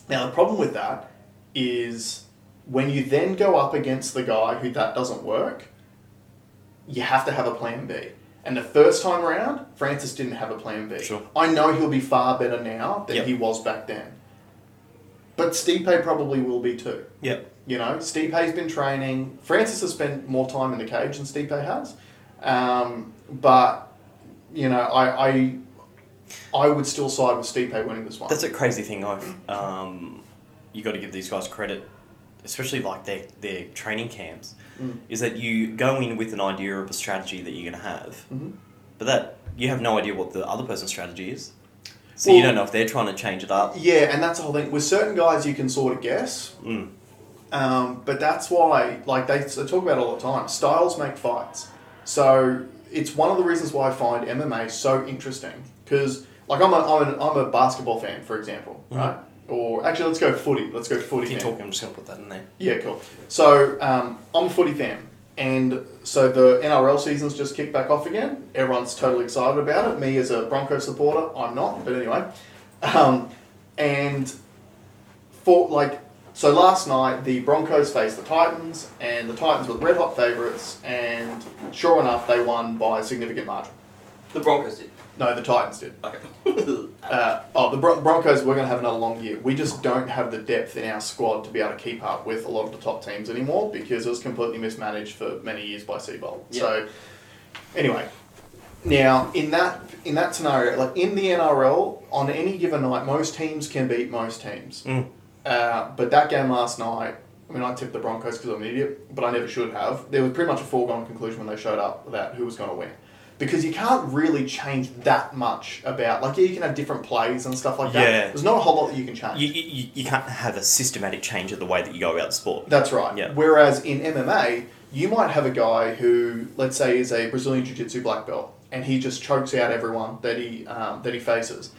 Speaker 1: Now, the problem with that is when you then go up against the guy who that doesn't work, you have to have a plan B. And the first time round, Francis didn't have a plan B.
Speaker 2: Sure.
Speaker 1: I know he'll be far better now than
Speaker 2: Yep.
Speaker 1: he was back then. But Stipe probably will be too.
Speaker 2: Yeah.
Speaker 1: You know, Stipe's been training. Francis has spent more time in the cage than Stipe has. Um, but, you know, I, I I would still side with Stipe winning this one.
Speaker 2: That's a crazy thing. I've um, you got to give these guys credit, especially like their their training camps,
Speaker 1: Mm.
Speaker 2: is that you go in with an idea of a strategy that you're going to have,
Speaker 1: Mhm.
Speaker 2: but that you have no idea what the other person's strategy is, so you
Speaker 1: Well-
Speaker 2: don't know if they're trying to change it up.
Speaker 1: Yeah, and that's the whole thing. With certain guys, you can sort of guess.
Speaker 2: Mm.
Speaker 1: Um, but that's why, like, they, they talk about it all the time. Styles make fights. So it's one of the reasons why I find MMA so interesting. Because, like, I'm a, I'm, a, I'm a basketball fan, for example,
Speaker 2: Mhm.
Speaker 1: right? Or actually, let's go footy. Let's go footy.
Speaker 2: If you're
Speaker 1: fan.
Speaker 2: talking, I'm just going to put that in
Speaker 1: [COUGHS]
Speaker 2: there.
Speaker 1: Yeah, cool. So um, I'm a footy fan, and so the NRL season's just kicked back off again. Everyone's totally excited about it. Me as a Broncos supporter, I'm not, but anyway. Um, and for like, so last night the Broncos faced the Titans, and the Titans were the red hot favourites, and sure enough, they won by a significant margin.
Speaker 3: The Broncos did.
Speaker 1: No, the Titans did.
Speaker 3: Okay.
Speaker 1: Uh, oh, the Bron- Broncos, we're going to have another long year. We just don't have the depth in our squad to be able to keep up with a lot of the top teams anymore because it was completely mismanaged for many years by Seabold.
Speaker 3: Yeah.
Speaker 1: So, anyway, now in that in that scenario, like in the NRL, on any given night, most teams can beat most teams.
Speaker 2: Mm.
Speaker 1: Uh, but that game last night, I mean, I tipped the Broncos because I'm an idiot, but I never should have. There was pretty much a foregone conclusion when they showed up that who was going to win. Because you can't really change that much about, like, yeah, you can have different plays and stuff like that.
Speaker 2: Yeah.
Speaker 1: There's not a whole lot that you can change.
Speaker 2: You, you, you- you can't have a systematic change of the way that you go about the sport.
Speaker 1: That's right.
Speaker 2: Yeah.
Speaker 1: Whereas in MMA, you might have a guy who, let's say, is a Brazilian Jiu-Jitsu black belt, and he just chokes out everyone that he um, that he faces.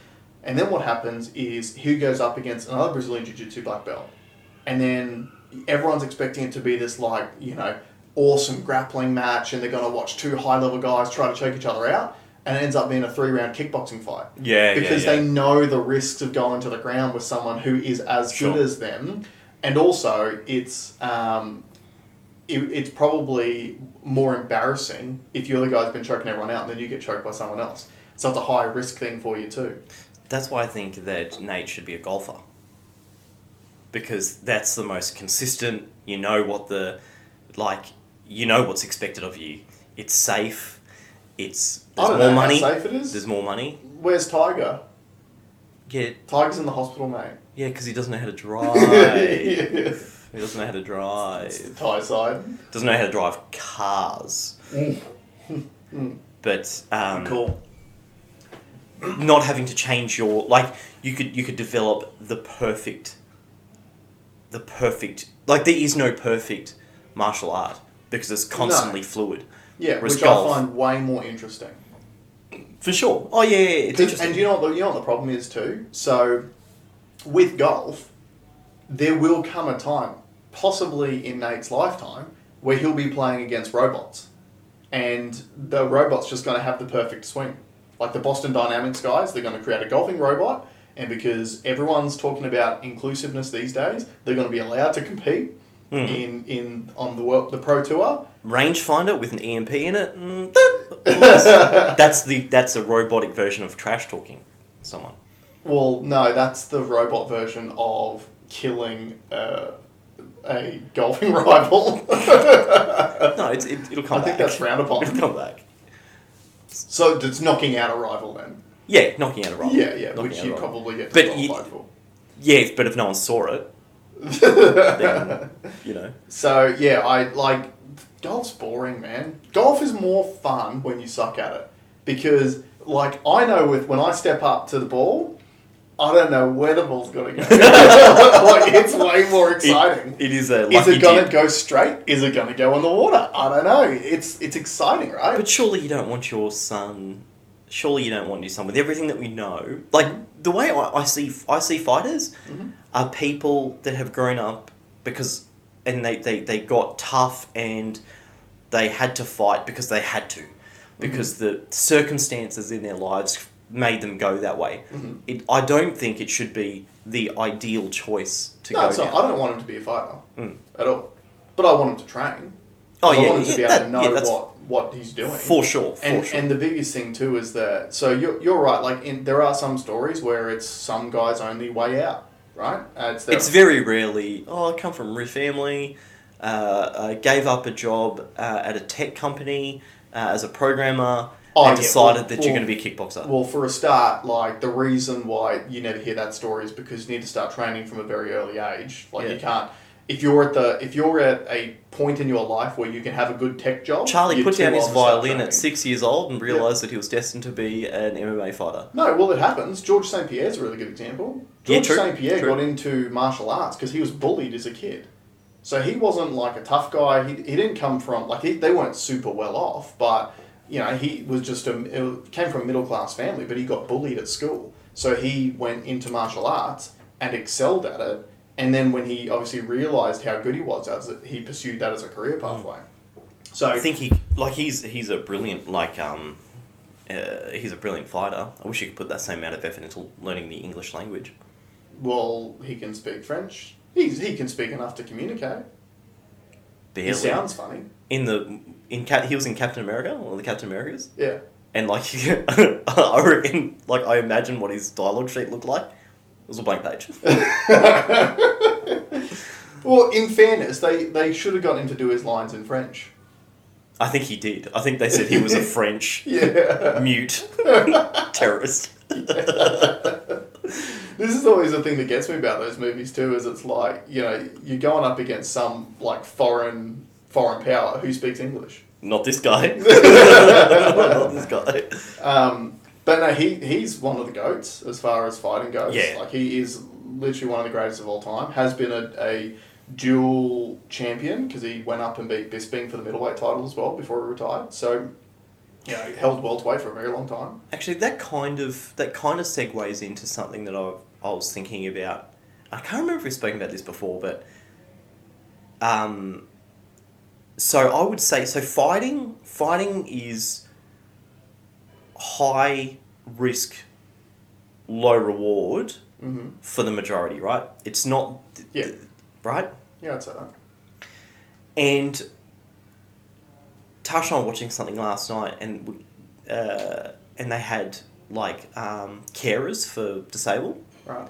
Speaker 1: And then what happens is he goes up against another Brazilian Jiu-Jitsu black belt, and then everyone's expecting it to be this like you know awesome grappling match, and they're going to watch two high level guys try to choke each other out, and it ends up being a three round kickboxing fight
Speaker 2: Yeah,
Speaker 1: because
Speaker 2: yeah, yeah.
Speaker 1: they know the risks of going to the ground with someone who is as
Speaker 2: Sure.
Speaker 1: good as them, and also it's um, it, it's probably more embarrassing if you're the guy that's been choking everyone out and then you get choked by someone else. So it's a high risk thing for you too.
Speaker 2: That's why I think that Nate should be a golfer. Because that's the most consistent, you know what the like you know what's expected of you. It's safe, it's
Speaker 1: I don't
Speaker 2: there's more
Speaker 1: know
Speaker 2: money.
Speaker 1: how safe it is.
Speaker 2: There's more money.
Speaker 1: Where's Tiger?
Speaker 2: Yeah,
Speaker 1: Tiger's in the hospital, mate.
Speaker 2: yeah, because he doesn't know
Speaker 1: [LAUGHS]
Speaker 2: how to drive. He doesn't know how to
Speaker 1: It's the
Speaker 2: drive.
Speaker 1: Thai side.
Speaker 2: Doesn't know how to drive cars.
Speaker 1: [LAUGHS]
Speaker 2: But um,
Speaker 1: Mm. Cool.
Speaker 2: not having to change your like you could you could develop the perfect the perfect like there is no perfect martial art because it's constantly fluid
Speaker 1: Yeah,
Speaker 2: Whereas
Speaker 1: which
Speaker 2: golf-
Speaker 1: I find way more interesting.
Speaker 2: for sure oh yeah, yeah, yeah, it's interesting
Speaker 1: And you know what the, you know what the problem is too. So, with golf, there will come a time, possibly in Nate's lifetime, where he'll be playing against robots, and the robot's just going to have the perfect swing. Like the Boston Dynamics guys, they're going to create a golfing robot, and because everyone's talking about inclusiveness these days, they're going to be allowed to compete
Speaker 2: Mhm.
Speaker 1: in in on the world, the pro tour.
Speaker 2: rangefinder with an EMP in it
Speaker 1: [LAUGHS]
Speaker 2: mm, boop. Nice. that's the that's a robotic version of trash talking someone
Speaker 1: Well, no, that's the robot version of killing uh, a golfing [LAUGHS]
Speaker 2: [LAUGHS]
Speaker 1: rival.
Speaker 2: no it's, it, it'll
Speaker 1: I
Speaker 2: come back
Speaker 1: think that's frowned upon.
Speaker 2: [LAUGHS] it'll come back
Speaker 1: so it's knocking out a rival then.
Speaker 2: yeah knocking out a robot
Speaker 1: Yeah, yeah,
Speaker 2: Knocking
Speaker 1: which
Speaker 2: out a
Speaker 1: you
Speaker 2: rival.
Speaker 1: probably get
Speaker 2: But you-
Speaker 1: disqualified for.
Speaker 2: yeah but if no one saw it then you know
Speaker 1: [LAUGHS] so yeah, I like golf's boring, man. Golf is more fun when you suck at it because, like, I know with when I step up to the ball, I don't know where the ball's gonna go. [LAUGHS] like, it's way more
Speaker 2: It-
Speaker 1: exciting.
Speaker 2: it is a lucky
Speaker 1: Is it gonna
Speaker 2: dip.
Speaker 1: go straight? Is it gonna go on the water? I don't know. It's it's exciting, right?
Speaker 2: But surely you don't want your son. Surely you don't want your son with everything that we know. Like the way I, I see, I see fighters
Speaker 1: Mhm.
Speaker 2: are people that have grown up because, and they, they, they got tough and they had to fight because they had to,
Speaker 1: Mm-hmm.
Speaker 2: because the circumstances in their lives made them go that way.
Speaker 1: Mhm.
Speaker 2: It, I don't think it should be the ideal choice to
Speaker 1: no,
Speaker 2: go
Speaker 1: it's
Speaker 2: down.
Speaker 1: not, I don't want him to be a fighter
Speaker 2: Mm.
Speaker 1: at all. But I want him to train.
Speaker 2: Oh
Speaker 1: I
Speaker 2: yeah,
Speaker 1: want him
Speaker 2: yeah,
Speaker 1: to be
Speaker 2: that-
Speaker 1: able to
Speaker 2: yeah,
Speaker 1: know
Speaker 2: that's
Speaker 1: what, what he's doing.
Speaker 2: for sure, for
Speaker 1: and,
Speaker 2: sure.
Speaker 1: and the biggest thing too is that so you're, you're right like in, there are some stories where it's some guy's only way out right uh, it's, their,
Speaker 2: It's very rarely. Oh, I come from a rich family. Uh, I gave up a job uh, at a tech company uh, as a programmer
Speaker 1: Oh,
Speaker 2: and
Speaker 1: yeah,
Speaker 2: decided
Speaker 1: well-
Speaker 2: that you're
Speaker 1: well-
Speaker 2: going to be a kickboxer.
Speaker 1: well for a start like the reason why you never hear that story is because you need to start training from a very early age like
Speaker 2: Yeah.
Speaker 1: you can't if you're at the if you're at a point in your life where you can have a good tech job
Speaker 2: Charlie
Speaker 1: you're
Speaker 2: put
Speaker 1: too
Speaker 2: down his
Speaker 1: old to start
Speaker 2: violin
Speaker 1: training.
Speaker 2: at six years old and realized that he was destined to be an MMA fighter.
Speaker 1: No, well, it happens. George St. Pierre's a really good example.
Speaker 2: Yeah,
Speaker 1: George
Speaker 2: true,
Speaker 1: St. Pierre
Speaker 2: true.
Speaker 1: got into martial arts because he was bullied as a kid. So he wasn't like a tough guy. He, he didn't come from, like, he, they weren't super well off, but, you know, he was just a, it came from a middle class family, but he got bullied at school. So he went into martial arts and excelled at it. And then when he obviously realized how good he was at it, he pursued that as a career pathway. So,
Speaker 2: Mm. I think he like he's he's a brilliant like um. Uh, he's a brilliant fighter. I wish you could put that same amount of effort into learning the English language.
Speaker 1: well, he can speak French. He's, he can speak enough to communicate.
Speaker 2: Barely.
Speaker 1: He sounds funny.
Speaker 2: in the in Cap- he was in Captain America or the Captain Americas.
Speaker 1: Yeah. [LAUGHS]
Speaker 2: and like [LAUGHS] I reckon, like I imagine what his dialogue sheet looked like. It was a blank page.
Speaker 1: well, in fairness, they, they should have got him to do his lines in French.
Speaker 2: I think he did. I think they said he was a French
Speaker 1: [LAUGHS] Yeah.
Speaker 2: mute terrorist.
Speaker 1: this is always the thing that gets me about those movies too, is it's like, you know, you're going up against some like foreign foreign power who speaks English.
Speaker 2: Not this guy. [LAUGHS] Not this guy.
Speaker 1: Um, but no, he, he's one of the goats as far as fighting goes.
Speaker 2: Yeah.
Speaker 1: Like he is literally one of the greatest of all time. Has been a, a dual champion because he went up and beat Bisping for the middleweight title as well before he retired. So, you know, he held welterweight for a very long time.
Speaker 2: Actually, that kind of that kind of segues into something that I I was thinking about. I can't remember if we've spoken about this before, but Um, so I would say so fighting fighting is high risk, low reward
Speaker 1: Mm-hmm.
Speaker 2: for the majority, right? It's not
Speaker 1: Yeah.
Speaker 2: right?
Speaker 1: Yeah, I'd say that.
Speaker 2: And Tash and I were watching something last night, and we, uh, and they had like um, carers for disabled.
Speaker 1: Right.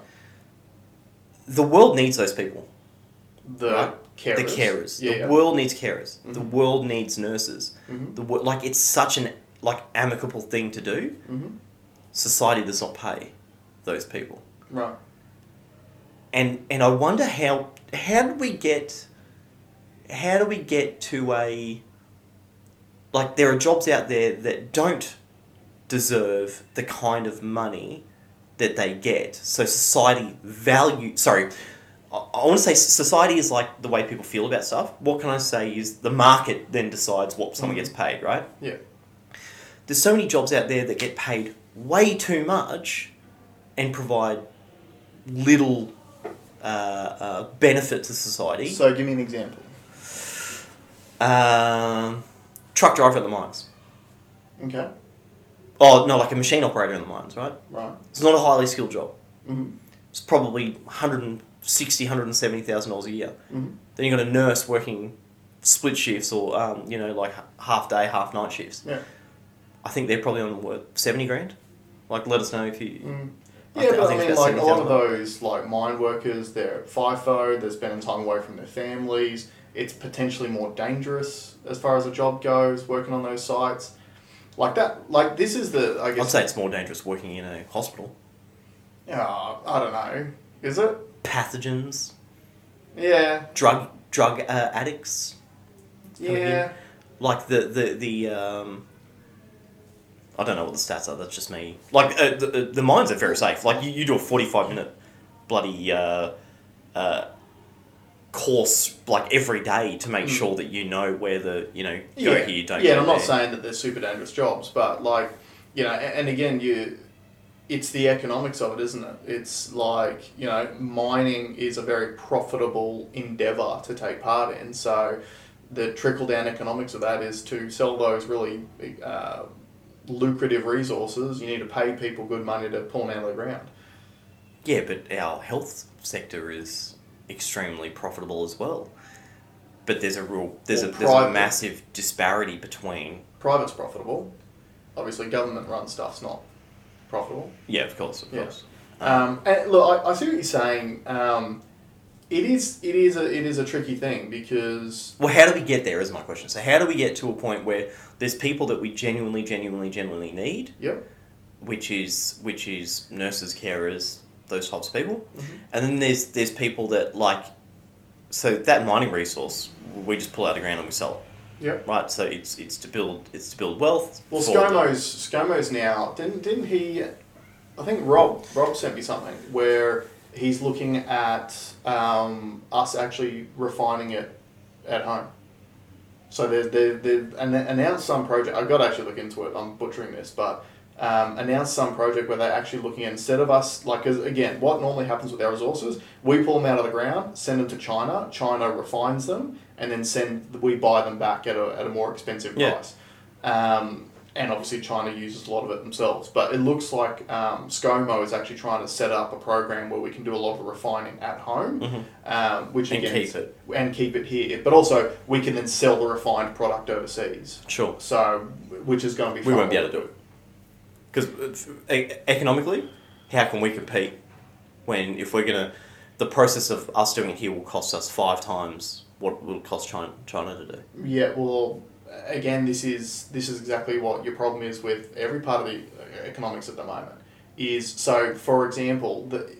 Speaker 2: The world needs those people.
Speaker 1: The
Speaker 2: Right.
Speaker 1: carers.
Speaker 2: The carers.
Speaker 1: Yeah.
Speaker 2: The world needs carers. The
Speaker 1: Mhm.
Speaker 2: world needs nurses.
Speaker 1: Mhm.
Speaker 2: The wor- like it's such an like amicable thing to do.
Speaker 1: Mhm.
Speaker 2: Society does not pay those people.
Speaker 1: Right.
Speaker 2: and and I wonder how how do we get how do we get to a like there are jobs out there that don't deserve the kind of money that they get. So society value sorry I want to say society is like the way people feel about stuff. What can I say is the market then decides what someone
Speaker 1: Mhm.
Speaker 2: gets paid, right?
Speaker 1: Yeah.
Speaker 2: There's so many jobs out there that get paid way too much and provide little uh, uh, benefit to society.
Speaker 1: So give me an example.
Speaker 2: um, truck driver at the mines.
Speaker 1: Okay.
Speaker 2: Oh, no, like a machine operator in the mines, right?
Speaker 1: Right.
Speaker 2: It's not a highly skilled job.
Speaker 1: Mhm.
Speaker 2: It's probably 160, 170,000 dollars a year.
Speaker 1: Mhm.
Speaker 2: Then you got a nurse working split shifts or um, you know like h- half day, half night shifts.
Speaker 1: Yeah.
Speaker 2: I think they're probably on what seventy grand. Like, let us know if you.
Speaker 1: Mm.
Speaker 2: I
Speaker 1: Yeah,
Speaker 2: thi-
Speaker 1: but
Speaker 2: I
Speaker 1: I,
Speaker 2: think it's
Speaker 1: mean, like
Speaker 2: about
Speaker 1: a lot of
Speaker 2: 70,000.
Speaker 1: those like mine workers, they're FIFO. They're spending time away from their families. It's potentially more dangerous as far as a job goes. Working on those sites, like that. Like this is the I guess.
Speaker 2: I'd say it's more dangerous working in a hospital.
Speaker 1: Yeah, I don't know. Is it?
Speaker 2: Pathogens,
Speaker 1: Yeah.
Speaker 2: drug drug uh, addicts, Kinda
Speaker 1: Yeah.
Speaker 2: like the the the. Um, I don't know what the stats are. That's just me. Like uh, the- the the mines are very safe. Like you, you do a forty five minute bloody uh, uh, course like every day to make
Speaker 1: Mm.
Speaker 2: sure that you know where the you know go
Speaker 1: yeah.
Speaker 2: here don't
Speaker 1: yeah, and
Speaker 2: go
Speaker 1: I'm not
Speaker 2: there.
Speaker 1: saying that they're super dangerous jobs, but like, you know, a- and again, you, it's the economics of it, isn't it? It's like you know, mining is a very profitable endeavor to take part in. So, the trickle down economics of that is to sell those really uh, lucrative resources. You need to pay people good money to pull them out of the ground.
Speaker 2: Yeah, but our health sector is extremely profitable as well. But there's a real there's a
Speaker 1: Well,
Speaker 2: there's a
Speaker 1: private-
Speaker 2: massive disparity between
Speaker 1: Private's profitable. Obviously, government-run stuff's not profitable.
Speaker 2: yeah, of course, of
Speaker 1: Yeah.
Speaker 2: course.
Speaker 1: Um, and look, I, I see what you're saying. Um, it is it is a it is a tricky thing because
Speaker 2: Well, how do we get there is my question. So how do we get to a point where there's people that we genuinely, genuinely, genuinely need,
Speaker 1: yep
Speaker 2: which is which is nurses, carers, those types of people,
Speaker 1: Mhm.
Speaker 2: and then there's there's people that like, so that mining resource we just pull out of the ground and we sell
Speaker 1: yep.
Speaker 2: it, right? So it's it's to build it's to build wealth.
Speaker 1: Well,
Speaker 2: for the-
Speaker 1: ScoMo's ScoMo's now didn't didn't he? I think Rob Rob sent me something where he's looking at um, us actually refining it at home. So they've, they've, they've an- announced some project. I've got to actually look into it. I'm butchering this, but um, announced some project where they're actually looking at instead of us, like, 'cause again, what normally happens with our resources, we pull them out of the ground, send them to China, China refines them, and then send we buy them back at a, at a more expensive
Speaker 2: Yeah.
Speaker 1: price. Um, and obviously, China uses a lot of it themselves. But it looks like um, ScoMo is actually trying to set up a program where we can do a lot of refining at home,
Speaker 2: Mhm.
Speaker 1: um, which
Speaker 2: And
Speaker 1: again
Speaker 2: keep it.
Speaker 1: and keep it here. But also, we can then sell the refined product overseas.
Speaker 2: sure.
Speaker 1: So, which is going to be
Speaker 2: we
Speaker 1: fun.
Speaker 2: won't be able to do it because economically how can we compete when if we're gonna the process of us doing it here will cost us five times what it will cost china, china to do
Speaker 1: Yeah. Well, again, this is this is exactly what your problem is with every part of the uh, economics at the moment. Is so, for example, the,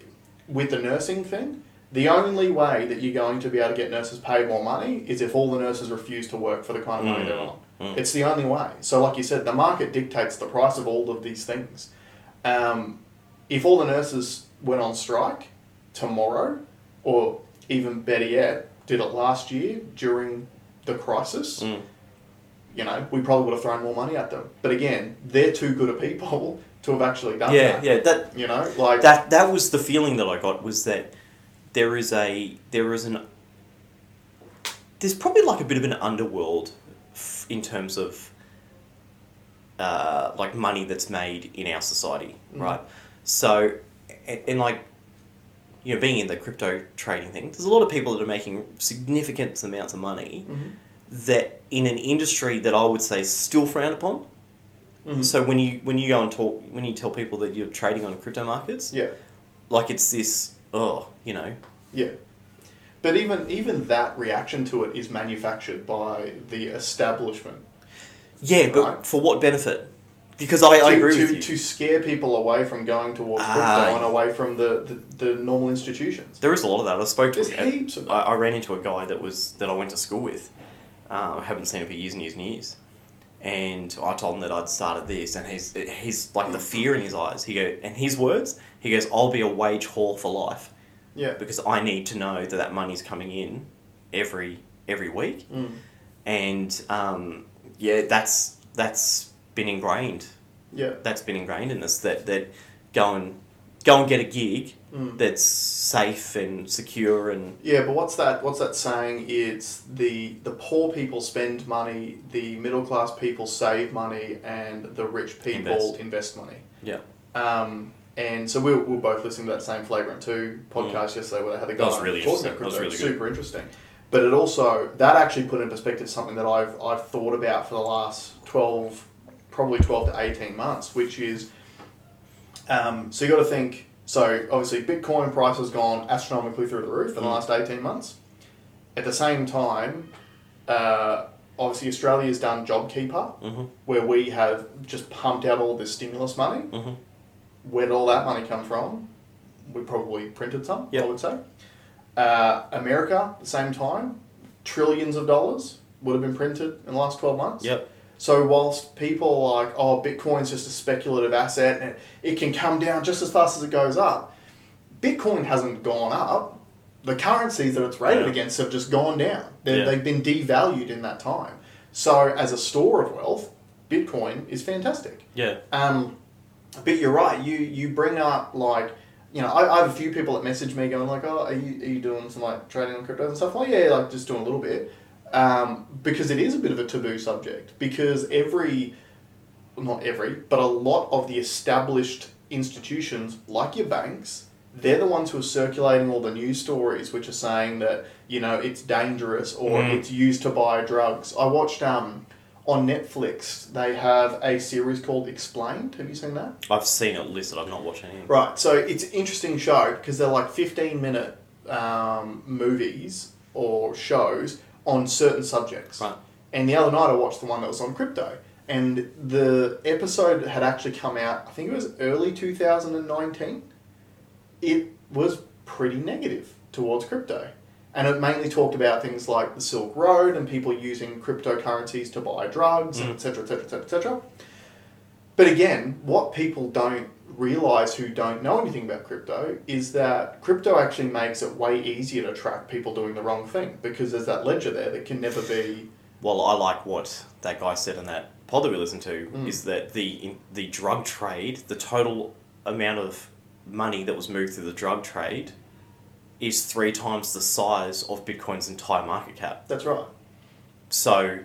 Speaker 1: with the nursing thing, the only way that you're going to be able to get nurses paid more money is if all the nurses refuse to work for the kind of money they're
Speaker 2: Mm,
Speaker 1: on.
Speaker 2: mm.
Speaker 1: It's the only way. So, like you said, the market dictates the price of all of these things. Um, if all the nurses went on strike tomorrow, or even better yet, did it last year during the crisis,
Speaker 2: Mm.
Speaker 1: you know, we probably would have thrown more money at them. But again, they're too good of people [LAUGHS] to have actually done
Speaker 2: yeah
Speaker 1: that.
Speaker 2: yeah that
Speaker 1: You know, like
Speaker 2: that that was the feeling that i got was that there is a there is an there's probably like a bit of an underworld f- in terms of uh, like money that's made in our society,
Speaker 1: Mm.
Speaker 2: right? So, and, and like, you know, being in the crypto trading thing, there's a lot of people that are making significant amounts of money
Speaker 1: Mhm.
Speaker 2: that in an industry that I would say is still frowned upon.
Speaker 1: Mhm.
Speaker 2: So when you when you go and talk when you tell people that you're trading on crypto markets,
Speaker 1: yeah,
Speaker 2: like it's this oh you know
Speaker 1: yeah. But even even that reaction to it is manufactured by the establishment.
Speaker 2: yeah, but
Speaker 1: Right.
Speaker 2: for what benefit? Because I, I
Speaker 1: to,
Speaker 2: agree
Speaker 1: to,
Speaker 2: with you.
Speaker 1: to scare people away from going towards
Speaker 2: Ah.
Speaker 1: crypto and away from the, the, the normal institutions.
Speaker 2: There is a lot of that. I spoke to.
Speaker 1: There's heaps of
Speaker 2: I, I ran into a guy that was that I went to school with. Uh, I haven't seen him for years and years and years. And I told him that I'd started this, and he's he's like the fear in his eyes. He go and his words. He goes, "I'll be a wage whore for life
Speaker 1: Yeah.
Speaker 2: because I need to know that that money's coming in every every week."
Speaker 1: Mm.
Speaker 2: And um, yeah, that's that's been ingrained.
Speaker 1: Yeah.
Speaker 2: That's been ingrained in us that that go and go and get a gig
Speaker 1: Mm.
Speaker 2: that's safe and secure and
Speaker 1: Yeah, but what's that? What's that saying? It's the the poor people spend money, the middle class people save money, and the rich people invest,
Speaker 2: Invest.
Speaker 1: money.
Speaker 2: yeah.
Speaker 1: Um, and so we were, we were both listening to that same Flagrant Two podcast yesterday where they had the guy
Speaker 2: That was really
Speaker 1: talking about
Speaker 2: interesting. That was
Speaker 1: crypto.
Speaker 2: really good.
Speaker 1: super interesting. But it also that actually put in perspective something that I've I've thought about for the last twelve, probably twelve to eighteen months, which is, um, so you got to think. So obviously, Bitcoin price has gone astronomically through the roof in the
Speaker 2: Mm.
Speaker 1: last eighteen months. At the same time, uh, obviously Australia's done JobKeeper,
Speaker 2: hmm
Speaker 1: where we have just pumped out all this stimulus money.
Speaker 2: hmm
Speaker 1: Where did all that money come from? We probably printed some, I
Speaker 2: Yep.
Speaker 1: would say. Uh, America, at the same time, trillions of dollars would have been printed in the last 12 months.
Speaker 2: Yep.
Speaker 1: So, whilst people are like, oh, Bitcoin's just a speculative asset and it can come down just as fast as it goes up, Bitcoin hasn't gone up. The currencies that it's rated
Speaker 2: Yeah.
Speaker 1: against have just gone down. They
Speaker 2: Yeah.
Speaker 1: They've been devalued in that time. So, as a store of wealth, Bitcoin is fantastic.
Speaker 2: Yeah.
Speaker 1: Um, but you're right. You you bring up like you know I, I have a few people that message me going like oh are you, are you doing some like trading on crypto and stuff like yeah like just doing a little bit um, because it is a bit of a taboo subject because every well, not every but a lot of the established institutions like your banks they're the ones who are circulating all the news stories which are saying that you know it's dangerous or
Speaker 2: Mm.
Speaker 1: it's used to buy drugs i watched um on netflix they have a series called explained have you seen that
Speaker 2: I've seen it listed. I've not watched any.
Speaker 1: Right. So it's an interesting show because they're like 15 minute um, movies or shows on certain subjects.
Speaker 2: Right.
Speaker 1: And the other night I watched the one that was on crypto. And the episode had actually come out, I think it was early 2019. It was pretty negative towards crypto. And it mainly talked about things like the Silk Road and people using cryptocurrencies to buy drugs, and
Speaker 2: Mm.
Speaker 1: et cetera, et cetera, et cetera, et cetera. But again, what people don't realize who don't know anything about crypto is that crypto actually makes it way easier to track people doing the wrong thing because there's that ledger there that can never be.
Speaker 2: Well, I like what that guy said in that pod that we listened to
Speaker 1: Mm.
Speaker 2: is that the in, the drug trade, the total amount of money that was moved through the drug trade, is three times the size of Bitcoin's entire market cap.
Speaker 1: That's right.
Speaker 2: So,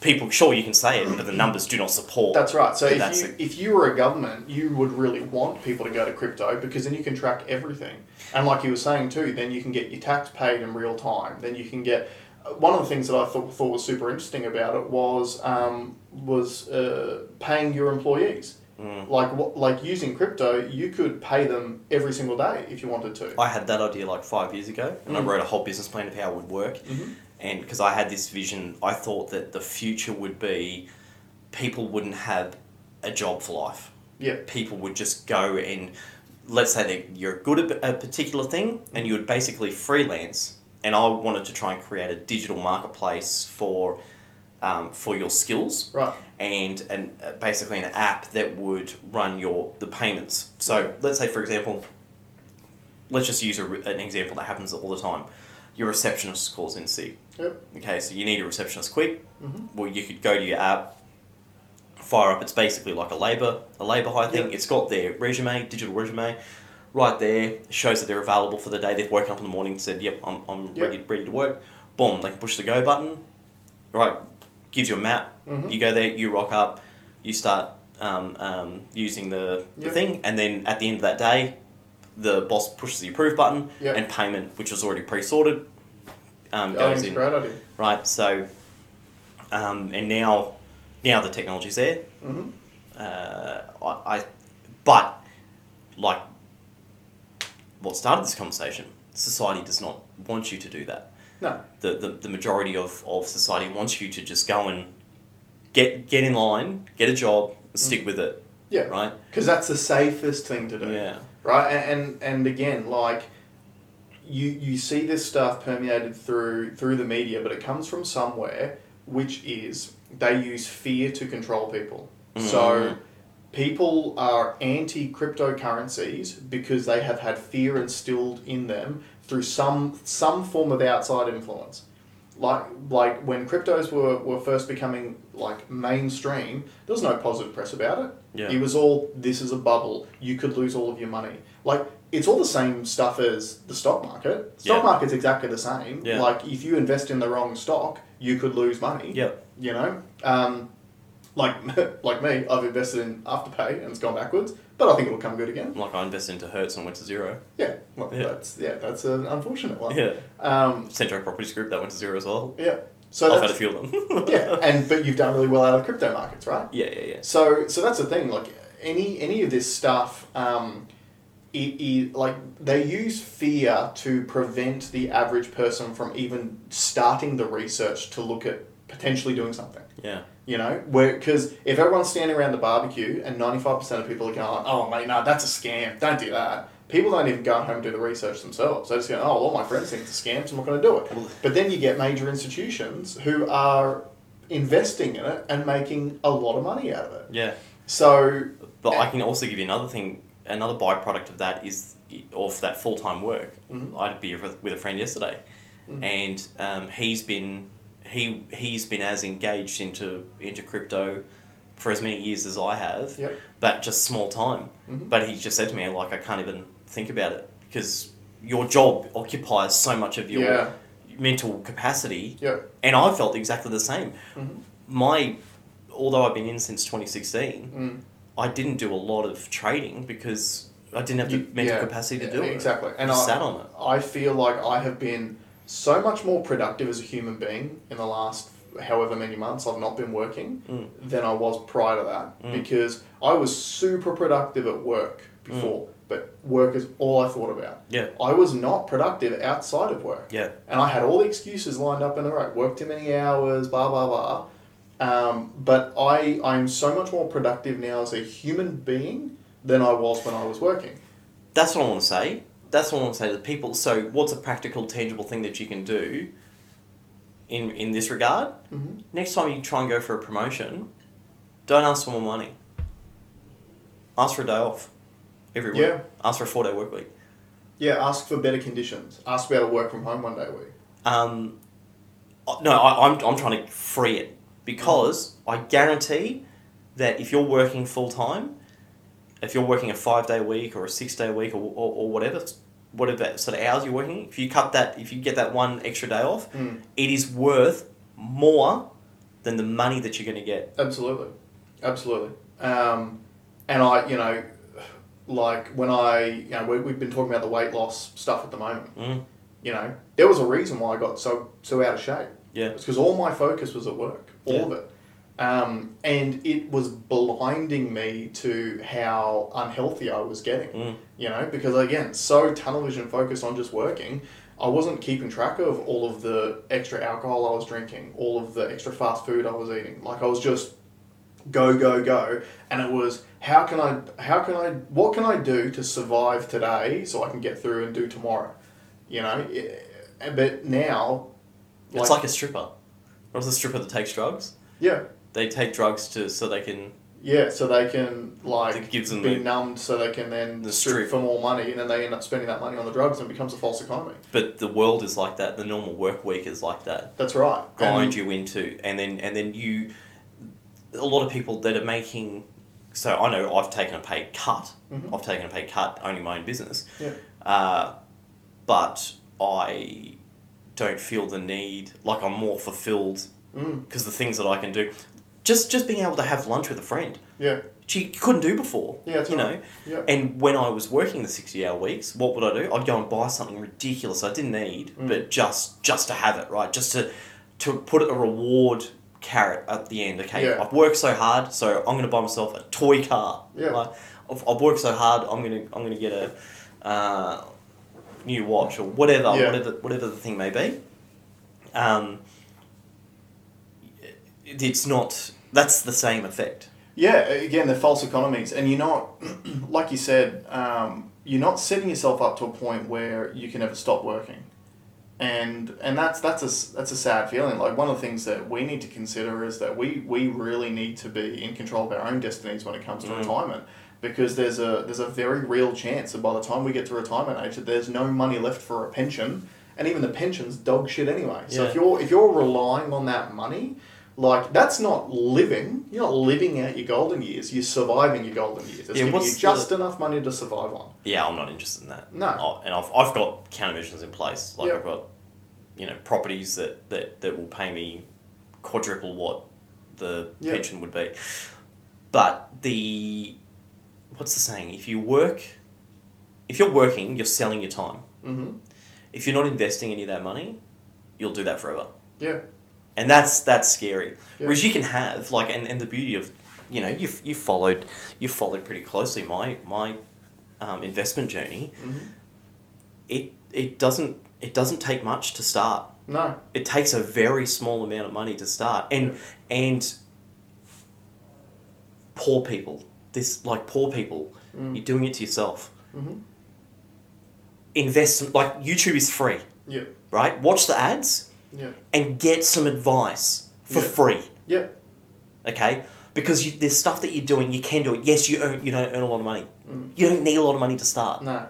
Speaker 2: people, sure, you can say it, but the numbers do not support.
Speaker 1: That's right. So
Speaker 2: that
Speaker 1: if
Speaker 2: that's
Speaker 1: you,
Speaker 2: the-
Speaker 1: if you were a government, you would really want people to go to crypto because then you can track everything. And like you were saying too, then you can get your tax paid in real time. Then you can get. uh, One of the things that I thought, thought was super interesting about it was um, was uh, paying your employees.
Speaker 2: Mm.
Speaker 1: Like what, like using crypto, you could pay them every single day if you wanted to.
Speaker 2: I had that idea like five years ago, and I
Speaker 1: Mm.
Speaker 2: wrote a whole business plan of how it would work.
Speaker 1: Mhm.
Speaker 2: And because I had this vision, I thought that the future would be people wouldn't have a job for life.
Speaker 1: Yeah.
Speaker 2: People would just go and let's say that you're good at a particular thing, and you would basically freelance. And I wanted to try and create a digital marketplace for um, for your skills
Speaker 1: Right.
Speaker 2: and an, uh, basically an app that would run your the payments. So let's say, for example, let's just use a, re- an example that happens all the time. Your receptionist calls in sick.
Speaker 1: Yep.
Speaker 2: Okay, so you need a receptionist quick.
Speaker 1: Mhm.
Speaker 2: Well, you could go to your app, fire up. It's basically like a labor a labor hire thing.
Speaker 1: Yep.
Speaker 2: It's got their resume, digital resume, right there. It shows that they're available for the day. They've woken up in the morning and said, "Yep, I'm, I'm
Speaker 1: Yep.
Speaker 2: ready ready to work." boom, they can push the go button. Right, gives you a map.
Speaker 1: Mhm.
Speaker 2: You go there, you rock up, you start um, um, using the, the
Speaker 1: Yep.
Speaker 2: thing, and then at the end of that day, the boss pushes the approve button
Speaker 1: Yep.
Speaker 2: and payment, which is already pre sorted, um,
Speaker 1: I
Speaker 2: goes
Speaker 1: think it's a
Speaker 2: in.
Speaker 1: great idea.
Speaker 2: Right, so, um, and now, now the technology's there.
Speaker 1: hmm
Speaker 2: Uh, I, I, but, like, what started this conversation? Society does not want you to do that
Speaker 1: No.
Speaker 2: the, the, the majority of, of society wants you to just go and get get in line, get a job,
Speaker 1: Mm.
Speaker 2: stick with it,
Speaker 1: Yeah.
Speaker 2: right?
Speaker 1: Because that's the safest thing to do.
Speaker 2: Yeah.
Speaker 1: Right. And, and and again, like you you see this stuff permeated through through the media, but it comes from somewhere, which is they use fear to control people. So
Speaker 2: Mm.
Speaker 1: people are anti cryptocurrencies because they have had fear instilled in them through some some form of outside influence. Like like when cryptos were, were first becoming like mainstream, there was no positive press about it.
Speaker 2: Yeah.
Speaker 1: It was all this is a bubble. You could lose all of your money. Like it's all the same stuff as the stock market. Stock
Speaker 2: Yeah.
Speaker 1: market's exactly the same.
Speaker 2: Yeah.
Speaker 1: Like if you invest in the wrong stock, you could lose money.
Speaker 2: Yeah.
Speaker 1: You know, um, like [LAUGHS] like me, I've invested in afterpay and it's gone backwards, but I think it'll come good again.
Speaker 2: Like I invested into Hertz and went to zero.
Speaker 1: Yeah. Well,
Speaker 2: Yeah.
Speaker 1: that's yeah, that's an unfortunate one.
Speaker 2: Yeah.
Speaker 1: Um,
Speaker 2: Centro Properties Group, that went to zero as well.
Speaker 1: yeah. So
Speaker 2: I've had a
Speaker 1: that's,
Speaker 2: few of them.
Speaker 1: [LAUGHS] yeah, and but you've done really well out of crypto markets, right?
Speaker 2: [LAUGHS] yeah, yeah, yeah.
Speaker 1: So so that's the thing. Like any any of this stuff, um, it, it, like they use fear to prevent the average person from even starting the research to look at potentially doing something.
Speaker 2: Yeah.
Speaker 1: You know, where because if everyone's standing around the barbecue and ninety five percent of people are going, "Oh mate, no, that's a scam. Don't do that." People don't even go home and do the research themselves. They just go, "Oh, well, my friends think it's a scam, so I'm not going to do
Speaker 2: Well-
Speaker 1: it." But then you get major institutions who are investing in it and making a lot of money out of it.
Speaker 2: Yeah.
Speaker 1: So
Speaker 2: But I can also give you another thing. Another byproduct of that is of that full time work.
Speaker 1: Mhm.
Speaker 2: I'd be with with a friend yesterday,
Speaker 1: Mhm.
Speaker 2: and um, he's been he he's been as engaged into into crypto for as many years as I have,
Speaker 1: Yep.
Speaker 2: but just small time.
Speaker 1: Mhm.
Speaker 2: But he just said to me like I can't even think about it because your job occupies so much of your
Speaker 1: Yeah.
Speaker 2: mental capacity,
Speaker 1: yeah,
Speaker 2: and I felt exactly the same.
Speaker 1: Mhm.
Speaker 2: My although I've been in since twenty sixteen.
Speaker 1: mm.
Speaker 2: I didn't do a lot of trading because I didn't have the
Speaker 1: You-
Speaker 2: mental
Speaker 1: yeah,
Speaker 2: capacity to
Speaker 1: yeah,
Speaker 2: do it.
Speaker 1: exactly. And
Speaker 2: I
Speaker 1: I
Speaker 2: sat on it.
Speaker 1: I feel like I have been so much more productive as a human being in the last however many months I've not been working
Speaker 2: Mm.
Speaker 1: than I was prior to that
Speaker 2: Mm.
Speaker 1: because I was super productive at work before, but work is all I thought about.
Speaker 2: Yeah,
Speaker 1: I was not productive outside of work.
Speaker 2: yeah,
Speaker 1: And I had all the excuses lined up in a row. Worked too many hours, blah, blah, blah. Um, but I, I'm so much more productive now as a human being than I was when I was working.
Speaker 2: that's what I want to say. That's what I want to say to people. So, what's a practical, tangible thing that you can do in in this regard?
Speaker 1: Mhm.
Speaker 2: Next time you try and go for a promotion, don't ask for more money. Ask for a day off every week.
Speaker 1: Yeah.
Speaker 2: Ask for a four day work week.
Speaker 1: Yeah, ask for better conditions. Ask to be able to work from home one day a week.
Speaker 2: Um, uh, no, I, I'm, I'm trying to free it because I guarantee that if you're working full time, if you're working a five day week or a six day week or, or, or whatever, whatever sort of hours you're working, if you cut that, if you get that one extra day off,
Speaker 1: Mm.
Speaker 2: it is worth more than the money that you're going to get.
Speaker 1: Absolutely. Absolutely. Um, and I, you know, like when I, you know, we, we've been talking about the weight loss stuff at the moment.
Speaker 2: Mm,
Speaker 1: You know, there was a reason why I got so, so out of shape.
Speaker 2: yeah.
Speaker 1: It's because all my focus was at work, all of it. Um, and it was blinding me to how unhealthy I was getting,
Speaker 2: Mm.
Speaker 1: you know, because again, so tunnel vision focused on just working, I wasn't keeping track of all of the extra alcohol I was drinking, all of the extra fast food I was eating. Like I was just go go go and it was how can i how can i what can i do to survive today so i can get through and do tomorrow you know Eh, but now
Speaker 2: It's like a stripper. What's a stripper that takes drugs?
Speaker 1: yeah
Speaker 2: They take drugs to so they can.
Speaker 1: Yeah, so they can like
Speaker 2: It gives them
Speaker 1: be
Speaker 2: the-
Speaker 1: numbed, so they can then
Speaker 2: the
Speaker 1: strip
Speaker 2: strip.
Speaker 1: for more money, and then they end up spending that money on the drugs, and it becomes a false economy.
Speaker 2: But the world is like that. The normal work week is like that.
Speaker 1: That's right.
Speaker 2: grind
Speaker 1: And-
Speaker 2: you into and then and then you a lot of people that are making so I know I've taken a pay cut
Speaker 1: Mhm.
Speaker 2: I've taken a pay cut owning my own business
Speaker 1: Yeah.
Speaker 2: uh, but Uh, I don't feel the need. Like I'm more fulfilled
Speaker 1: Mm,
Speaker 2: because the things that I can do, just just being able to have lunch with a friend,
Speaker 1: yeah,
Speaker 2: which you couldn't do before.
Speaker 1: Yeah, that's
Speaker 2: you
Speaker 1: right.
Speaker 2: know.
Speaker 1: yeah.
Speaker 2: And when I was working the sixty-hour weeks, what would I do? I'd go and buy something ridiculous I didn't need,
Speaker 1: Mm.
Speaker 2: but just just to have it, right? Just to to put a reward carrot at the end. Okay,
Speaker 1: Yeah.
Speaker 2: I've worked so hard, so I'm going to buy myself a toy car.
Speaker 1: Yeah.
Speaker 2: Like, I've, I've worked so hard, I'm gonna I'm gonna get a uh, new watch or whatever,
Speaker 1: Yeah.
Speaker 2: whatever whatever the thing may be. Um, it- it's not. That's the same effect.
Speaker 1: Yeah, again, they're false economies, and you're not, [CLEARS THROAT] like you said, um, you're not setting yourself up to a point where you can ever stop working, and and that's that's a s- that's a sad feeling. Like one of the things that we need to consider is that we we really need to be in control of our own destinies when it comes to
Speaker 2: Mm.
Speaker 1: retirement, because there's a there's a very real chance that by the time we get to retirement age, that there's no money left for a pension, and even the pension's dog shit anyway. So if
Speaker 2: Yeah.
Speaker 1: you're if you're relying on that money. Like that's not living. You're not living out your golden years. You're surviving your golden years. It's
Speaker 2: Yeah,
Speaker 1: giving
Speaker 2: what's
Speaker 1: you just enough money to survive on.
Speaker 2: Yeah, I'm not interested in that.
Speaker 1: No.
Speaker 2: I- and I've, I've got countermeasures in place. Like
Speaker 1: Yeah.
Speaker 2: I've got, you know, properties that, that, that will pay me quadruple what the
Speaker 1: Yeah.
Speaker 2: pension would be. But the, what's the saying? If you work, if you're working, you're selling your time.
Speaker 1: Mm-hmm.
Speaker 2: If you're not investing any of that money, you'll do that forever.
Speaker 1: Yeah.
Speaker 2: And that's that's scary.
Speaker 1: Yeah.
Speaker 2: Whereas you can have like, and, and the beauty of, you know, you've, you followed you followed pretty closely my my um, investment journey
Speaker 1: hmm
Speaker 2: it it doesn't it doesn't take much to start.
Speaker 1: No.
Speaker 2: It takes a very small amount of money to start, and and poor people, this like poor people,
Speaker 1: Mm.
Speaker 2: you're doing it to yourself.
Speaker 1: Mm-hmm.
Speaker 2: Invest like YouTube is free,
Speaker 1: Yeah.
Speaker 2: right? Watch the ads
Speaker 1: Yeah.
Speaker 2: and get some advice for
Speaker 1: Yeah.
Speaker 2: free,
Speaker 1: Yeah.
Speaker 2: okay? Because you, there's stuff that you're doing, you can do it. Yes, you earn, you don't earn a lot of money.
Speaker 1: Mm.
Speaker 2: You don't need a lot of money to start,
Speaker 1: No.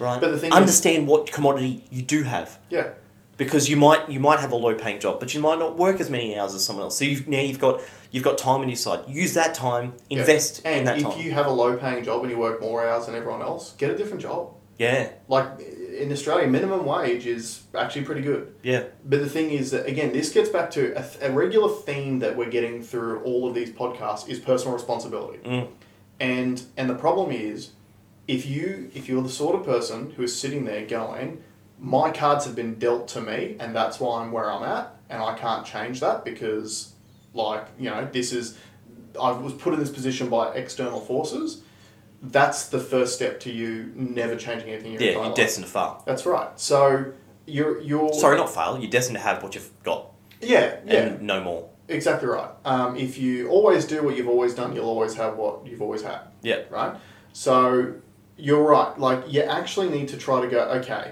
Speaker 2: right?
Speaker 1: But the thing is-
Speaker 2: understand what commodity you do have.
Speaker 1: Yeah.
Speaker 2: because you might you might have a low paying job, but you might not work as many hours as someone else. So you've, now you've got you've got time on your side. Use that time.
Speaker 1: Yeah.
Speaker 2: Invest in
Speaker 1: And
Speaker 2: that
Speaker 1: if
Speaker 2: time.
Speaker 1: you have a low paying job and you work more hours than everyone else, get a different job.
Speaker 2: yeah,
Speaker 1: Like in Australia, minimum wage is actually pretty good.
Speaker 2: yeah,
Speaker 1: But the thing is that again, this gets back to a, th- a regular theme that we're getting through all of these podcasts is personal responsibility.
Speaker 2: Mm.
Speaker 1: And and the problem is, if you if you're the sort of person who is sitting there going, my cards have been dealt to me, and that's why I'm where I'm at, and I can't change that because, like you know, this is I was put in this position by external forces. That's the first step to you never changing anything. in your
Speaker 2: yeah.
Speaker 1: entire
Speaker 2: You're
Speaker 1: life.
Speaker 2: destined to fail.
Speaker 1: That's right. So you're you're
Speaker 2: Sorry, not fail. You're destined to have what you've got
Speaker 1: Yeah, yeah.
Speaker 2: and no more.
Speaker 1: Exactly right. Um, if you always do what you've always done, you'll always have what you've always had,
Speaker 2: Yeah,
Speaker 1: right? So you're right. Like you actually need to try to go, okay,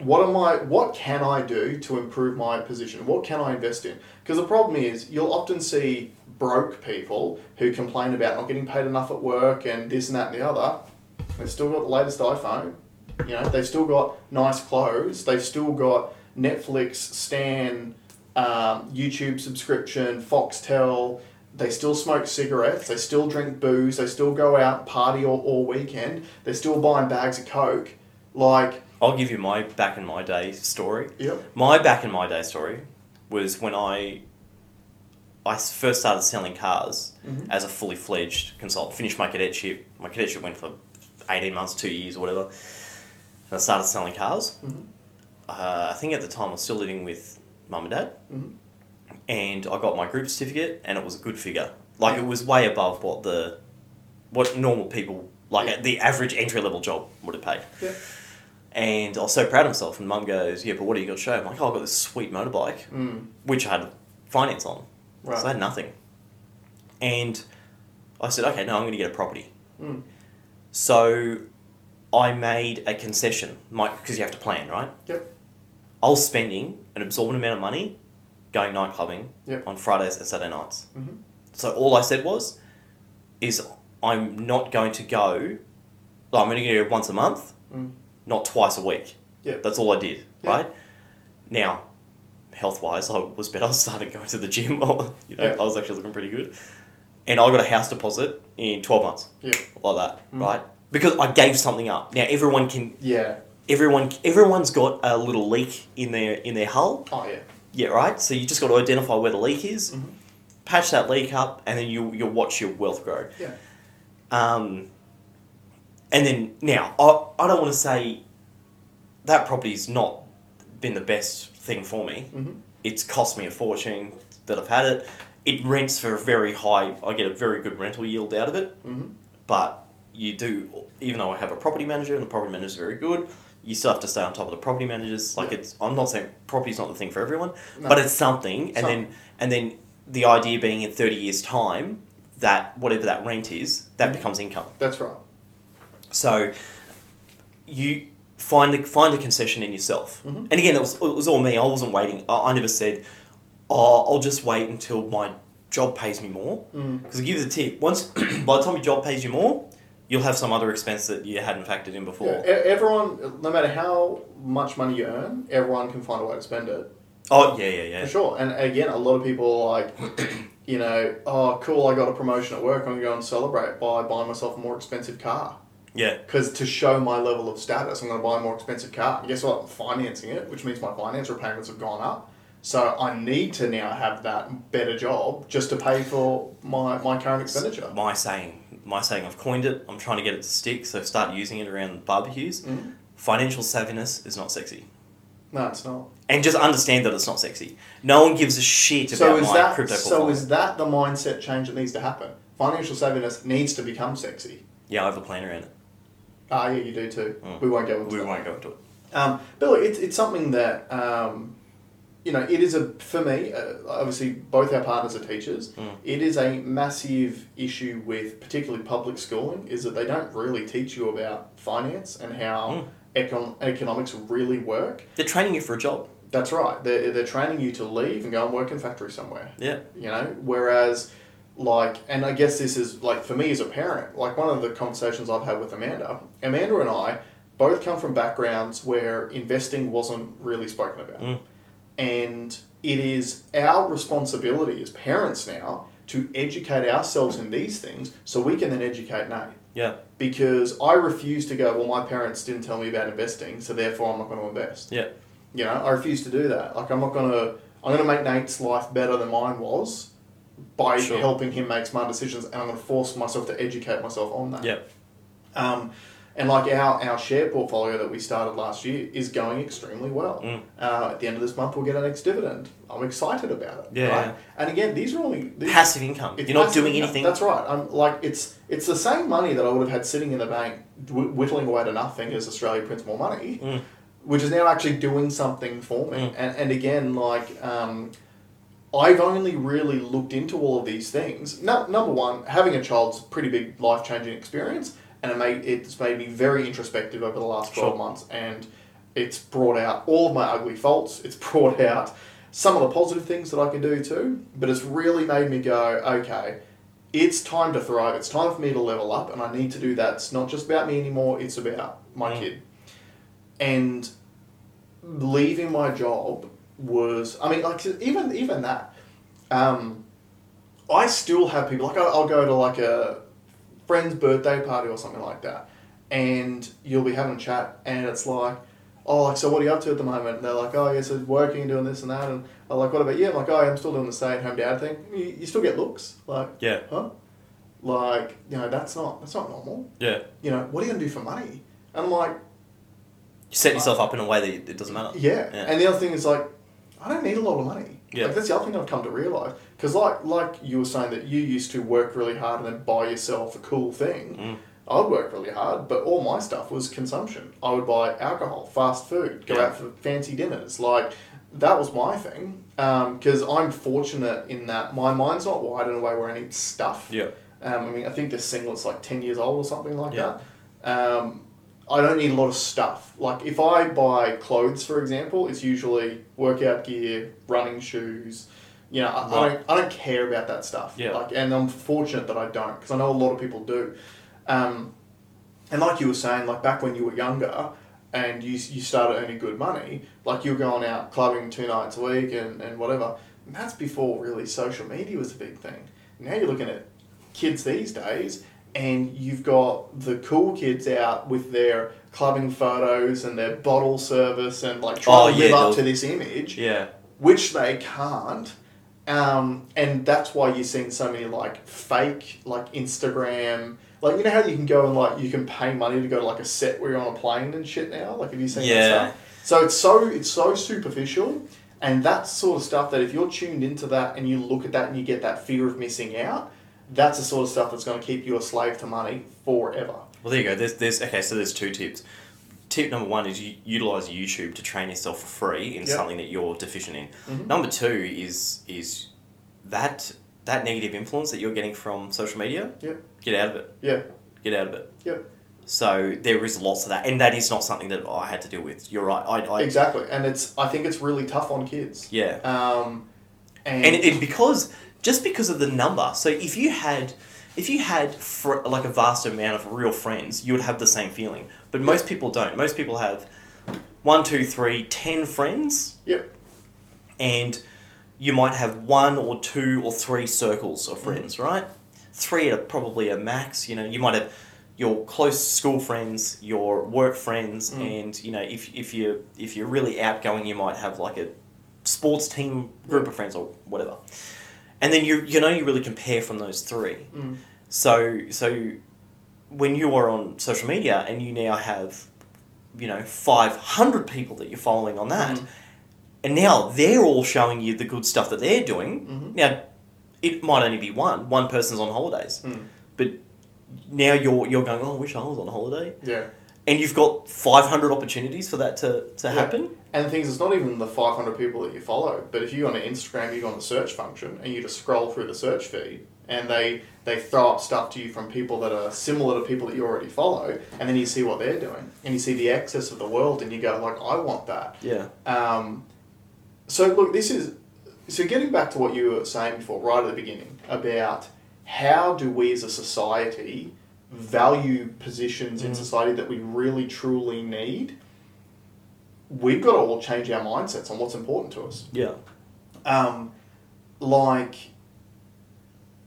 Speaker 1: what am I what can I do to improve my position? What can I invest in? Because the problem is you'll often see broke people who complain about not getting paid enough at work and this and that and the other. They've still got the latest iPhone. You know, they've still got nice clothes. They've still got Netflix, Stan, um, YouTube subscription, Foxtel. They still smoke cigarettes. They still drink booze. They still go out party all, all weekend. They're still buying bags of coke. Like,
Speaker 2: I'll give you my back in my day story.
Speaker 1: yep,
Speaker 2: My back in my day story was when I I s- first started selling cars
Speaker 1: Mhm.
Speaker 2: as a fully fledged consultant. Finished my cadetship. My cadetship went for eighteen months, two years, or whatever. And I started selling cars.
Speaker 1: Mhm.
Speaker 2: Uh, I think at the time I was still living with mum and dad,
Speaker 1: Mhm.
Speaker 2: and I got my group certificate, and it was a good figure. Like it was way above what the what normal people like
Speaker 1: Yeah.
Speaker 2: the average entry level job would have paid.
Speaker 1: Yeah.
Speaker 2: And I was so proud of myself. And mum goes, Yeah, but what do you got to show? I'm like, Oh, I've got this sweet motorbike,
Speaker 1: mm,
Speaker 2: which I had finance on.
Speaker 1: right,
Speaker 2: So I had nothing. And I said, Okay, no, I'm going to get a property.
Speaker 1: mm,
Speaker 2: So I made a concession, because you have to plan, right?
Speaker 1: yep,
Speaker 2: I was spending an absorbent amount of money going night clubbing
Speaker 1: Yep.
Speaker 2: on Fridays and Saturday nights.
Speaker 1: Mhm.
Speaker 2: So all I said was, is I'm not going to go, well, I'm going to go once a month,
Speaker 1: Mm.
Speaker 2: not twice a week.
Speaker 1: Yep.
Speaker 2: That's all I did,
Speaker 1: Yeah.
Speaker 2: right? Now, health wise, I was better. [LAUGHS] I started going to the gym. you know,
Speaker 1: Yeah.
Speaker 2: I was actually looking pretty good. And I got a house deposit in 12 months,
Speaker 1: yeah,
Speaker 2: like that,
Speaker 1: Mm.
Speaker 2: right? Because I gave something up. Now, everyone can
Speaker 1: yeah,
Speaker 2: everyone everyone's got a little leak in their in their hull.
Speaker 1: Oh yeah.
Speaker 2: Yeah, right. So you just got to identify where the leak is,
Speaker 1: Mhm.
Speaker 2: patch that leak up, and then you you'll watch your wealth grow.
Speaker 1: Yeah.
Speaker 2: Um, and then now, I, I don't want to say that property's not been the best thing for me.
Speaker 1: Mhm.
Speaker 2: It's cost me a fortune that I've had it. It rents for a very high, I get a very good rental yield out of it,
Speaker 1: Mhm.
Speaker 2: but you do, even though I have a property manager and the property manager's very good, you still have to stay on top of the property managers. Like
Speaker 1: Yeah.
Speaker 2: it's, I'm not saying property's not the thing for everyone,
Speaker 1: No.
Speaker 2: but it's something. And
Speaker 1: Something.
Speaker 2: then, and then the idea being in 30 years' time, that whatever that rent is, that
Speaker 1: Mhm.
Speaker 2: becomes income.
Speaker 1: That's right.
Speaker 2: So you find a, find a concession in yourself.
Speaker 1: Mhm.
Speaker 2: And again, it was, it was all me. I wasn't waiting. I, I never said, oh, I'll just wait until my job pays me more.
Speaker 1: Mm.
Speaker 2: Because I give you the tip once, [CLEARS THROAT] by the time your job pays you more, you'll have some other expense that you hadn't factored in before.
Speaker 1: Yeah, e- everyone, no matter how much money you earn, everyone can find a way to spend it.
Speaker 2: Oh, yeah, yeah, yeah.
Speaker 1: For sure. And again, a lot of people are like, [CLEARS THROAT] you know, oh, cool, I got a promotion at work. I'm going to go and celebrate by buying myself a more expensive car.
Speaker 2: Yeah.
Speaker 1: Because to show my level of status, I'm going to buy a more expensive car. And guess what? I'm financing it, which means my finance repayments have gone up. So I need to now have that better job just to pay for my, my current expenditure.
Speaker 2: My saying, my saying, I've coined it. I'm trying to get it to stick, so start using it around barbecues.
Speaker 1: Mhm.
Speaker 2: Financial savviness is not sexy.
Speaker 1: No, it's not.
Speaker 2: and just understand that it's not sexy. No one gives a shit about
Speaker 1: So is
Speaker 2: my
Speaker 1: that
Speaker 2: crypto
Speaker 1: so
Speaker 2: portfolio.
Speaker 1: is that the mindset change that needs to happen? Financial savviness needs to become sexy.
Speaker 2: yeah, I have a plan around it.
Speaker 1: Ah, yeah, you do too.
Speaker 2: Mm.
Speaker 1: We won't go into
Speaker 2: We
Speaker 1: that.
Speaker 2: won't go into it.
Speaker 1: Um, but look, it's, it's something that, um, you know, it is a, for me, uh, obviously both our partners are teachers.
Speaker 2: Mm.
Speaker 1: It is a massive issue with particularly public schooling is that they don't really teach you about finance and how econ- economics really work.
Speaker 2: They're training you for a job.
Speaker 1: That's right. They're, they're training you to leave and go and work in factory somewhere
Speaker 2: Yeah.
Speaker 1: you know whereas like and i guess this is like for me as a parent like one of the conversations i've had with amanda amanda and i both come from backgrounds where investing wasn't really spoken about
Speaker 2: Mm.
Speaker 1: and it is our responsibility as parents now to educate ourselves in these things so we can then educate nate
Speaker 2: Yeah.
Speaker 1: because i refuse to go well my parents didn't tell me about investing so therefore i'm not going to invest
Speaker 2: Yeah.
Speaker 1: you know, I refuse to do that. Like, I'm not gonna. I'm gonna make Nate's life better than mine was by
Speaker 2: Sure.
Speaker 1: helping him make smart decisions, and I'm gonna force myself to educate myself on that.
Speaker 2: Yeah.
Speaker 1: Um, and like our our share portfolio that we started last year is going extremely well.
Speaker 2: Mm.
Speaker 1: Uh, at the end of this month, we'll get our next dividend. I'm excited about it.
Speaker 2: Yeah,
Speaker 1: right?
Speaker 2: yeah.
Speaker 1: And again, these are only these,
Speaker 2: Passive income.
Speaker 1: it's
Speaker 2: You're not
Speaker 1: passive
Speaker 2: doing
Speaker 1: income.
Speaker 2: anything.
Speaker 1: That's right. I'm like it's it's the same money that I would have had sitting in the bank, wh- whittling away to nothing as Australia prints more money,
Speaker 2: Mm.
Speaker 1: which is now actually doing something for me.
Speaker 2: Mm.
Speaker 1: And, and again, like um, I've only really looked into all of these things. No, number one, having a child's a pretty big life changing experience, and it made it's made me very introspective over the last twelve
Speaker 2: Sure.
Speaker 1: months, and it's brought out all of my ugly faults. It's [LAUGHS] brought out some of the positive things that I can do too, but it's really made me go, okay, it's time to thrive. It's time for me to level up, and I need to do that. It's not just about me anymore. It's about my
Speaker 2: Mm.
Speaker 1: kid. And leaving my job was I mean like even even that um, I still have people like I'll, I'll go to like a friend's birthday party or something like that and you'll be having a chat and it's like oh like so what are you up to at the moment and they're like oh yeah so working and doing this and that and I'm like what about you I'm like oh yeah, I'm still doing the stay at home dad thing you, you still get looks like
Speaker 2: Yeah.
Speaker 1: huh like you know that's not that's not normal
Speaker 2: Yeah.
Speaker 1: you know what are you gonna do for money and I'm like
Speaker 2: You set yourself up in a way that it doesn't matter.
Speaker 1: yeah.
Speaker 2: Yeah.
Speaker 1: And the other thing is like, I don't need a lot of money.
Speaker 2: Yeah.
Speaker 1: Like that's the other thing I've come to realize. Because like like you were saying that you used to work really hard and then buy yourself a cool thing.
Speaker 2: Mm.
Speaker 1: I would work really hard, but all my stuff was consumption. I would buy alcohol, fast food, go
Speaker 2: Yeah.
Speaker 1: out for fancy dinners. Like that was my thing. Because I'm fortunate in that my mind's not wired in a way where I need stuff.
Speaker 2: Yeah.
Speaker 1: Um, I mean, I think this singlet's like 10 years old or something like
Speaker 2: Yeah.
Speaker 1: that. Um, I don't need a lot of stuff. Like, if I buy clothes, for example, it's usually workout gear, running shoes. You know, I, I,
Speaker 2: Right.
Speaker 1: don't, I don't care about that stuff.
Speaker 2: Yeah.
Speaker 1: Like, and I'm fortunate that I don't because I know a lot of people do. Um, and like you were saying, like back when you were younger and you, you started earning good money, like you were going out clubbing two nights a week and, and whatever. And that's before really social media was a big thing. Now you're looking at kids these days and you've got the cool kids out with their clubbing photos and their bottle service and like trying
Speaker 2: Oh,
Speaker 1: to
Speaker 2: yeah,
Speaker 1: live up
Speaker 2: they'll-
Speaker 1: to this image,
Speaker 2: Yeah.
Speaker 1: which they can't. Um, and that's why you're seeing so many like fake like Instagram. Like you know how you can go and like you can pay money to go to like a set where you're on a plane and shit now. Like have you seen that
Speaker 2: Yeah.
Speaker 1: stuff? So it's so it's so superficial, and that's sort of stuff that if you're tuned into that and you look at that and you get that fear of missing out, that's the sort of stuff that's going to keep you a slave to money forever.
Speaker 2: Well, there you go. There's, there's okay. So there's two tips. Tip number one is you utilize YouTube to train yourself for free in
Speaker 1: Yep.
Speaker 2: something that you're deficient in.
Speaker 1: Mhm.
Speaker 2: Number two is is that that negative influence that you're getting from social media.
Speaker 1: Yep.
Speaker 2: Get out of it.
Speaker 1: Yeah.
Speaker 2: Get out of it.
Speaker 1: Yep.
Speaker 2: So there is lots of that, and that is not something that I had to deal with. You're right. I, I
Speaker 1: Exactly, and it's I think it's really tough on kids.
Speaker 2: yeah,
Speaker 1: Um, and,
Speaker 2: and, and because just because of the number. So if you had if you had fr- like a vast amount of real friends, you would have the same feeling. But most people don't. Most people have one, two, three, ten friends,
Speaker 1: yep,
Speaker 2: and you might have one or two or three circles of friends, right? Three are probably a max. You know, you might have your close school friends, your work friends,
Speaker 1: Mm.
Speaker 2: and you know, if if you if you're really outgoing, you might have like a sports team group of friends or whatever. And then you you know you really compare from those three.
Speaker 1: mm,
Speaker 2: So so when you are on social media and you now have you know 500 people that you're following on that
Speaker 1: Mhm.
Speaker 2: and now they're all showing you the good stuff that they're doing
Speaker 1: Mhm.
Speaker 2: now it might only be one one person's on holidays
Speaker 1: mm,
Speaker 2: but now you're you're going oh I wish I was on holiday
Speaker 1: yeah.
Speaker 2: and you've got 500 opportunities for that to, to
Speaker 1: Yeah.
Speaker 2: happen
Speaker 1: And the thing is, it's not even the 500 people that you follow, but if you go on Instagram, you go on the search function and you just scroll through the search feed and they, they throw up stuff to you from people that are similar to people that you already follow, and then you see what they're doing and you see the excess of the world and you go, like, I want that.
Speaker 2: yeah
Speaker 1: Um, so, look, this is so getting back to what you were saying before, right at the beginning, about how do we as a society value positions in
Speaker 2: Mhm.
Speaker 1: society that we really truly need? We've got to all change our mindsets on what's important to us.
Speaker 2: yeah
Speaker 1: Um, like,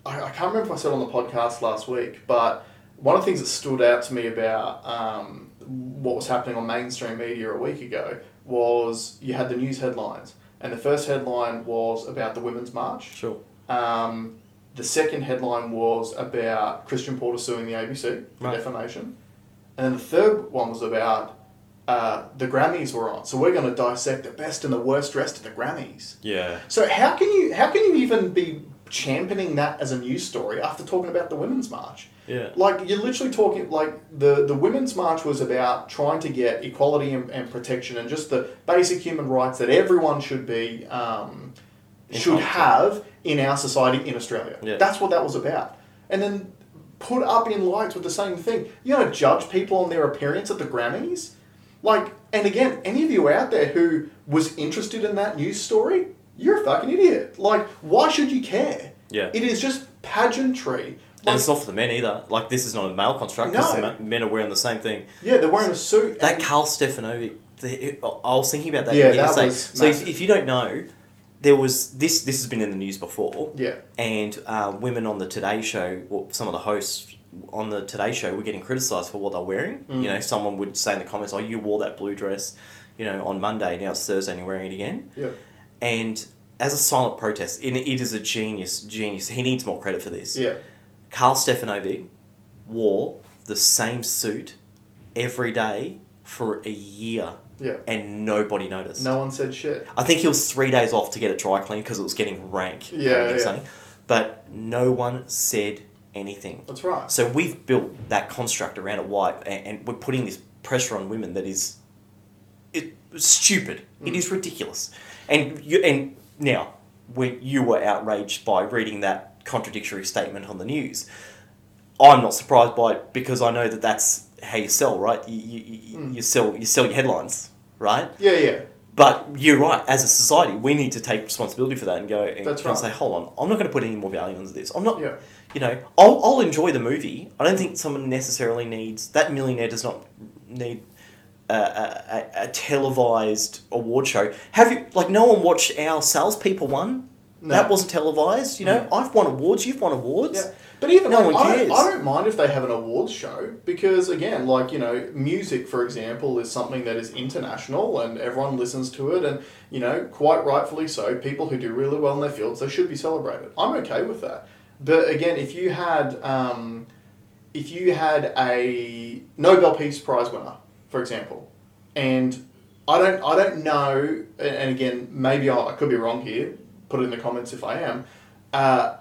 Speaker 1: I, I can't remember if I said on the podcast last week, but one of the things that stood out to me about um, what was happening on mainstream media a week ago was you had the news headlines. And the first headline was about the Women's March.
Speaker 2: sure
Speaker 1: Um, the second headline was about Christian Porter suing the ABC for
Speaker 2: Right.
Speaker 1: defamation. And then the third one was about uh, the Grammys were on. So we're going to dissect the best and the worst rest of the Grammys.
Speaker 2: yeah
Speaker 1: So how can you how can you even be championing that as a news story after talking about the women's march?
Speaker 2: yeah
Speaker 1: Like you're literally talking like the the women's march was about trying to get equality and, and protection and just the basic human rights that everyone should be um, should
Speaker 2: Entitled to.
Speaker 1: have in our society in Australia.
Speaker 2: Yeah.
Speaker 1: That's what that was about. And then put up in lights with the same thing. You don't judge people on their appearance at the Grammys. Like, and again, any of you out there who was interested in that news story, you're a fucking idiot. Like, why should you care?
Speaker 2: Yeah.
Speaker 1: It is just pageantry.
Speaker 2: and
Speaker 1: Like,
Speaker 2: it's not for the men either like this is not a male construct 'cause
Speaker 1: No.
Speaker 2: the men are wearing the same thing
Speaker 1: yeah, they're wearing a suit.
Speaker 2: That
Speaker 1: and-
Speaker 2: Carl Stefanovic, the, I was thinking about that.
Speaker 1: Yeah,
Speaker 2: the other
Speaker 1: that
Speaker 2: day.
Speaker 1: was
Speaker 2: so if,
Speaker 1: massive.
Speaker 2: if you don't know, there was this. This has been in the news before,
Speaker 1: Yeah.
Speaker 2: and uh, women on the Today Show, or some of the hosts on the Today Show, were getting criticised for what they're wearing.
Speaker 1: Mm.
Speaker 2: You know, someone would say in the comments, "Oh, you wore that blue dress, you know, on Monday. Now it's Thursday, and you're wearing it again."
Speaker 1: Yeah.
Speaker 2: And as a silent protest, and it is a genius, genius. He needs more credit for this.
Speaker 1: Yeah.
Speaker 2: Carl Stefanovic wore the same suit every day for a year
Speaker 1: Yeah.
Speaker 2: and nobody noticed.
Speaker 1: No one said shit.
Speaker 2: I think he was three days off to get it dry cleaned because it was getting rank.
Speaker 1: Yeah,
Speaker 2: I think
Speaker 1: yeah.
Speaker 2: something. But no one said anything.
Speaker 1: That's right.
Speaker 2: So we've built that construct around it, why, and, and we're putting this pressure on women that is it, stupid. It
Speaker 1: Mm.
Speaker 2: is ridiculous. And you and now when you were outraged by reading that contradictory statement on the news, I'm not surprised by it because I know that that's how you sell, right? You you, you,
Speaker 1: Mm.
Speaker 2: you sell you sell your headlines, right?
Speaker 1: Yeah, yeah.
Speaker 2: But you're right. As a society, we need to take responsibility for that and go and,
Speaker 1: That's
Speaker 2: and
Speaker 1: right.
Speaker 2: say, "Hold on, I'm not going to put any more value into this. I'm not,
Speaker 1: Yeah.
Speaker 2: you know, I'll, I'll enjoy the movie. I don't think someone necessarily needs that millionaire does not need a, a, a- a televised award show. Have you like no one watched our salespeople one?
Speaker 1: No.
Speaker 2: That wasn't televised. You know, I've won awards. You've won awards.
Speaker 1: Yeah. But even
Speaker 2: No
Speaker 1: like,
Speaker 2: one
Speaker 1: I,
Speaker 2: cares.
Speaker 1: don't, I don't mind if they have an awards show because again, like you know, music for example is something that is international and everyone listens to it, and you know, quite rightfully so. People who do really well in their fields, they should be celebrated. I'm okay with that. But again, if you had um, if you had a Nobel Peace Prize winner, for example, and I don't I don't know, and- and again, maybe I, I could be wrong here. Put it in the comments if I am. Uh,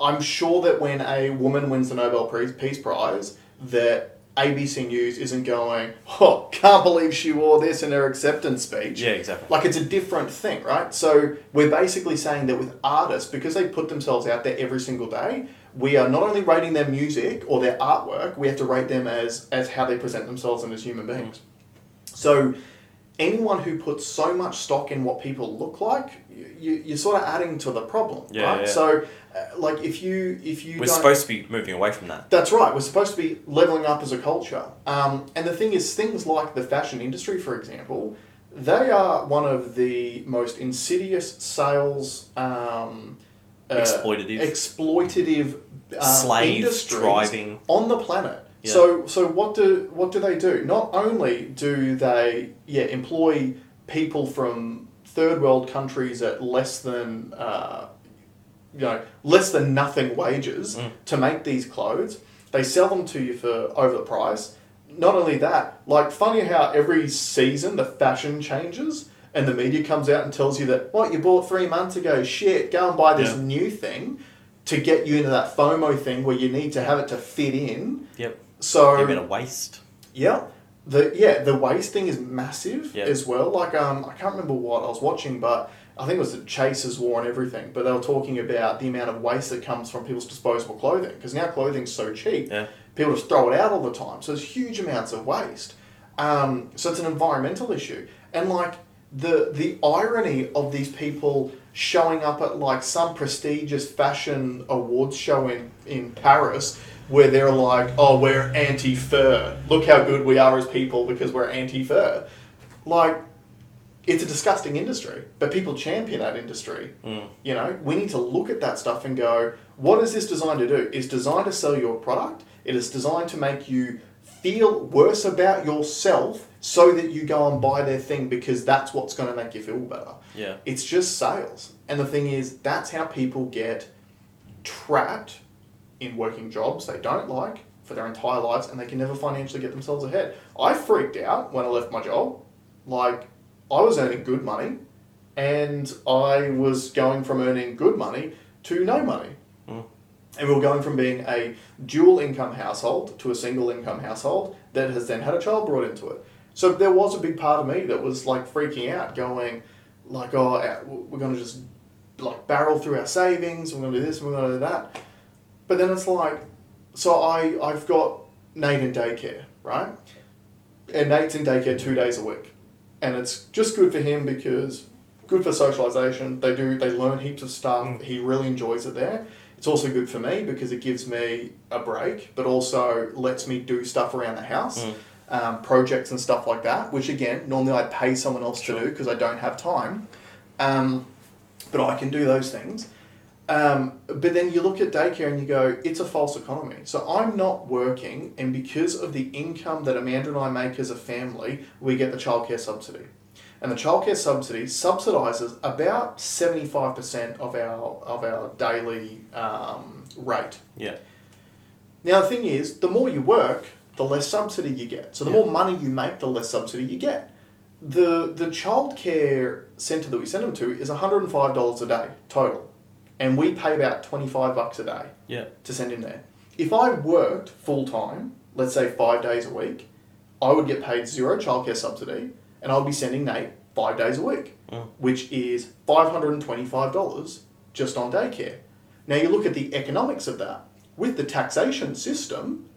Speaker 1: I'm sure that when a woman wins the Nobel Pri- Peace Prize, that ABC News isn't going, oh, can't believe she wore this in her acceptance speech.
Speaker 2: Yeah, exactly.
Speaker 1: Like it's a different thing, right? So we're basically saying that with artists, because they put themselves out there every single day, we are not only rating their music or their artwork, we have to rate them as as how they present themselves and as human beings. So anyone who puts so much stock in what people look like, you, you, you're sort of adding to the problem,
Speaker 2: Yeah,
Speaker 1: right?
Speaker 2: yeah.
Speaker 1: So, uh, like if you if you
Speaker 2: We're
Speaker 1: don't-
Speaker 2: supposed to be moving away from that.
Speaker 1: that's right. We're supposed to be leveling up as a culture. Um, and the thing is, things like the fashion industry, for example, they are one of the most insidious sales um, uh,
Speaker 2: Exploitative.
Speaker 1: exploitative uh,
Speaker 2: Slave
Speaker 1: industries
Speaker 2: driving.
Speaker 1: on the planet.
Speaker 2: Yeah.
Speaker 1: So, so what do what do they do? Not only do they yeah employ people from third world countries at less than uh, you know less than nothing wages
Speaker 2: Mm.
Speaker 1: to make these clothes. They sell them to you for over the price. Not only that, like funny how every season the fashion changes and the media comes out and tells you that what you bought three months ago, shit, go and buy this
Speaker 2: Yeah.
Speaker 1: new thing to get you into that FOMO thing where you need to have it to fit in.
Speaker 2: Yep.
Speaker 1: So
Speaker 2: You're going to waste.
Speaker 1: yeah. The yeah, the waste thing is massive
Speaker 2: Yeah.
Speaker 1: as well. Like um I can't remember what I was watching, but I think it was the Chasers War and everything, but they were talking about the amount of waste that comes from people's disposable clothing because now clothing's so cheap.
Speaker 2: Yeah.
Speaker 1: People just throw it out all the time. So there's huge amounts of waste. Um, so it's an environmental issue. And like the the irony of these people showing up at like some prestigious fashion awards show in, in Paris where they're like, oh, we're anti fur. Look how good we are as people because we're anti fur. Like, it's a disgusting industry, but people champion that industry.
Speaker 2: Mm.
Speaker 1: You know, we need to look at that stuff and go, what is this designed to do? It's designed to sell your product. It is designed to make you feel worse about yourself so that you go and buy their thing because that's what's going to make you feel better.
Speaker 2: Yeah.
Speaker 1: It's just sales. And the thing is, that's how people get trapped in working jobs they don't like for their entire lives and they can never financially get themselves ahead. I freaked out when I left my job. Like, I was earning good money and I was going from earning good money to no money.
Speaker 2: Mm.
Speaker 1: And we were going from being a dual income household to a single income household that has then had a child brought into it. So there was a big part of me that was like freaking out, going, like, oh, uh, we're going to just like barrel through our savings, we're going to do this, we're going to do that. But then it's like, so I, I've got Nate in daycare, right? And Nate's in daycare two days a week. And it's just good for him because good for socialization. They do, they learn heaps of stuff. He really enjoys it there. It's also good for me because it gives me a break, but also lets me do stuff around the house,
Speaker 2: Mm.
Speaker 1: um, projects and stuff like that, which again, normally I pay someone else to do because I don't have time. Um, but I can do those things. Um, but then you look at daycare and you go, it's a false economy. So I'm not working, and because of the income that Amanda and I make as a family, we get the childcare subsidy. And the childcare subsidy subsidises about 75% of our, of our daily um, rate.
Speaker 2: Yeah.
Speaker 1: Now, the thing is, the more you work, the less subsidy you get. So, the more money you make, the less subsidy you get. The, the childcare centre that we send them to is $105 a day total. And we pay about 25 bucks a day
Speaker 2: Yeah.
Speaker 1: to send him there. If I worked full time, let's say five days a week, I would get paid zero childcare subsidy and I'd be sending Nate five days a week,
Speaker 2: Mm.
Speaker 1: which is $525 just on daycare. Now you look at the economics of that. With the taxation system,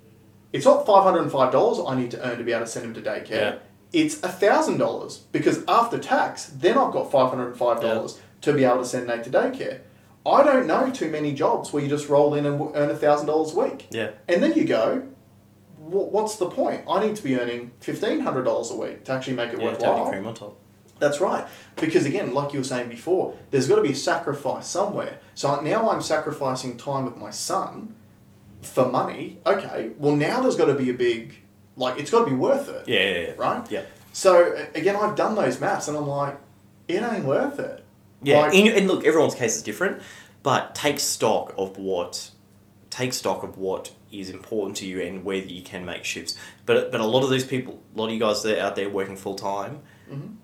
Speaker 1: it's not $505 I need to earn to be able to send him to daycare.
Speaker 2: Yeah.
Speaker 1: It's $1,000 because after tax, then I've got $505 to be able to send Nate to daycare. I don't know too many jobs where you just roll in and w- earn thousand dollars a week,
Speaker 2: Yeah.
Speaker 1: and then you go, "Wha- "What's the point? I need to be earning fifteen hundred dollars a week to actually make it
Speaker 2: Yeah. Downing
Speaker 1: worthwhile."
Speaker 2: cream on top.
Speaker 1: That's right. Because again, like you were saying before, there's got to be a sacrifice somewhere. So now I'm sacrificing time with my son for money, okay, well now there's got to be a big, like it's got to be worth it,
Speaker 2: Yeah, yeah, yeah.
Speaker 1: right?
Speaker 2: Yeah.
Speaker 1: So a- again, I've done those maths and I'm like, it ain't worth it.
Speaker 2: Yeah,
Speaker 1: Like-
Speaker 2: and, and look, everyone's case is different, but take stock of what take stock of what is important to you and whether you can make shifts. But but a lot of these people, a lot of you guys that are out there working full time,
Speaker 1: Mhm.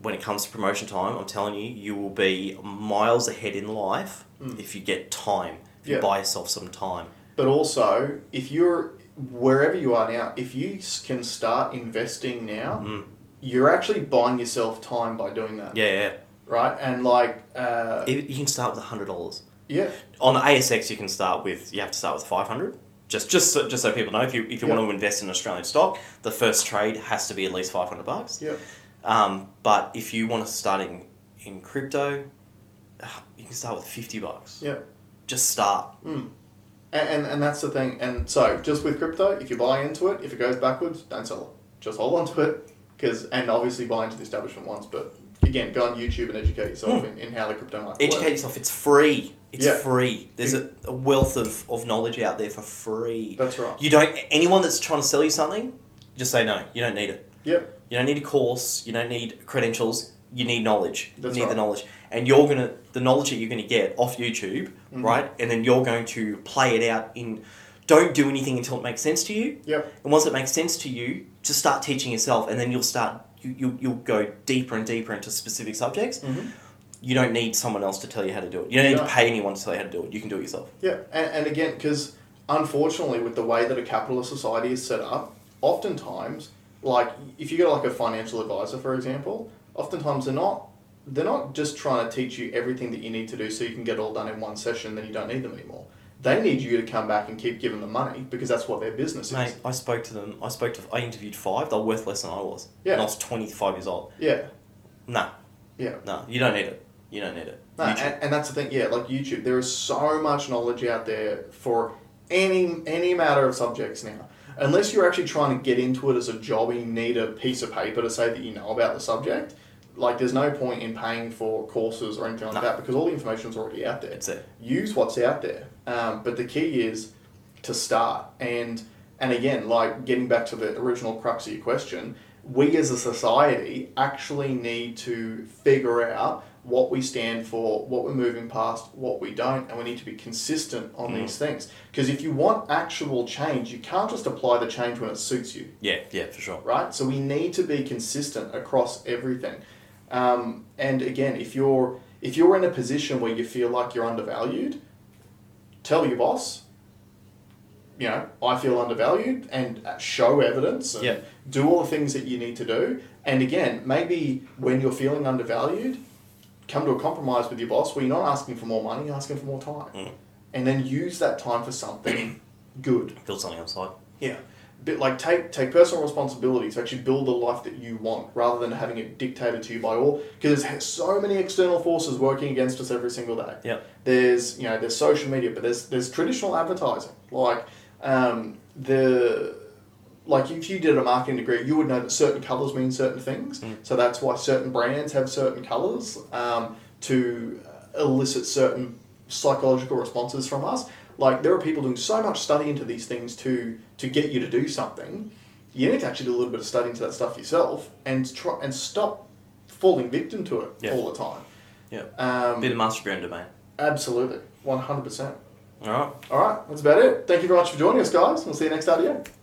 Speaker 2: when it comes to promotion time, I'm telling you, you will be miles ahead in life
Speaker 1: Mm.
Speaker 2: if you get time. If
Speaker 1: Yeah.
Speaker 2: you buy yourself some time.
Speaker 1: But also, if you're wherever you are now, if you s- can start investing now,
Speaker 2: Mm.
Speaker 1: you're actually buying yourself time by doing that,
Speaker 2: Yeah, yeah.
Speaker 1: right? And like, uh,
Speaker 2: You you can start with hundred dollars.
Speaker 1: yeah,
Speaker 2: on ASX you can start with you have to start with 500 just just so, just so people know if you if you
Speaker 1: Yeah.
Speaker 2: want to invest in Australian stock the first trade has to be at least 500 bucks
Speaker 1: yeah,
Speaker 2: um, but if you want to start in, in crypto uh, you can start with 50 bucks
Speaker 1: yeah.
Speaker 2: just start
Speaker 1: Mm. And, and and that's the thing. And so, just with crypto, if you buy into it, if it goes backwards, don't sell it. Just hold on to it, because and obviously buy into the establishment ones. But again, go on YouTube and educate yourself in, in how the crypto market
Speaker 2: Hmm. educate yourself it's free it's
Speaker 1: Yeah.
Speaker 2: free there's a, a wealth of, of knowledge out there for free
Speaker 1: works. That's right.
Speaker 2: you don't anyone that's trying to sell you something just say no you don't need it
Speaker 1: Yep.
Speaker 2: You don't need a course. You don't need credentials. You need knowledge.
Speaker 1: That's
Speaker 2: you need
Speaker 1: right.
Speaker 2: the knowledge, and you're gonna the knowledge that you're gonna get off YouTube,
Speaker 1: Mhm.
Speaker 2: right? And then you're going to play it out in. Don't do anything until it makes sense to you,
Speaker 1: Yep.
Speaker 2: and once it makes sense to you, just start teaching yourself, and then you'll start. You, you, you'll go deeper and deeper into specific subjects.
Speaker 1: Mm-hmm.
Speaker 2: You don't need someone else to tell you how to do it. You don't need
Speaker 1: No.
Speaker 2: to pay anyone to tell you how to do it. You can do it yourself.
Speaker 1: Yeah, and, and again, because unfortunately, with the way that a capitalist society is set up, oftentimes, like if you go to like a financial advisor, for example, oftentimes they're not they're not just trying to teach you everything that you need to do so you can get it all done in one session. Then you don't need them anymore. They need you to come back and keep giving them money because that's what their business is.
Speaker 2: Mate, I spoke to them. I spoke to. I interviewed five. They're worth less than I was.
Speaker 1: Yeah.
Speaker 2: And I was twenty five years old.
Speaker 1: Yeah,
Speaker 2: Nah,
Speaker 1: yeah.
Speaker 2: nah. You don't need it. You don't need it.
Speaker 1: No,
Speaker 2: You
Speaker 1: and, and that's the thing. Yeah, like YouTube, there is so much knowledge out there for any any matter of subjects now. Unless you're actually trying to get into it as a job, and you need a piece of paper to say that you know about the subject. Like, there's no point in paying for courses or anything like
Speaker 2: No.
Speaker 1: that because all the information's already out there.
Speaker 2: That's it.
Speaker 1: Use what's out there. Um, but the key is to start and and again, like getting back to the original crux of your question, we as a society actually need to figure out what we stand for, what we're moving past, what we don't, and we need to be consistent on
Speaker 2: Mm.
Speaker 1: these things. Because if you want actual change, you can't just apply the change when it suits you
Speaker 2: Yeah, yeah, for sure.
Speaker 1: right? So we need to be consistent across everything. Um, and again, if you're if you're in a position where you feel like you're undervalued, tell your boss, you know, I feel undervalued, and uh, show evidence. And
Speaker 2: Yeah.
Speaker 1: Do all the things that you need to do. And again, maybe when you're feeling undervalued, come to a compromise with your boss where you're not asking for more money, you're asking for more time,
Speaker 2: Mm.
Speaker 1: and then use that time for something good.
Speaker 2: Build something outside.
Speaker 1: Yeah. But like take take personal responsibility to actually build the life that you want rather than having it dictated to you by all because there's so many external forces working against us every single day.
Speaker 2: Yeah.
Speaker 1: There's you know there's social media, but there's there's traditional advertising like um, the like if you did a marketing degree, you would know that certain colors mean certain things.
Speaker 2: Mm.
Speaker 1: So that's why certain brands have certain colors um, to elicit certain psychological responses from us. Like there are people doing so much study into these things to to get you to do something. You need to actually do a little bit of study into that stuff yourself and try and stop falling victim to it
Speaker 2: Yeah.
Speaker 1: all the time.
Speaker 2: Yeah.
Speaker 1: Um,
Speaker 2: Be the master of your own domain.
Speaker 1: Absolutely. 100%.
Speaker 2: All right.
Speaker 1: All right, that's about it. Thank you very much for joining us, guys. We'll see you next RDA.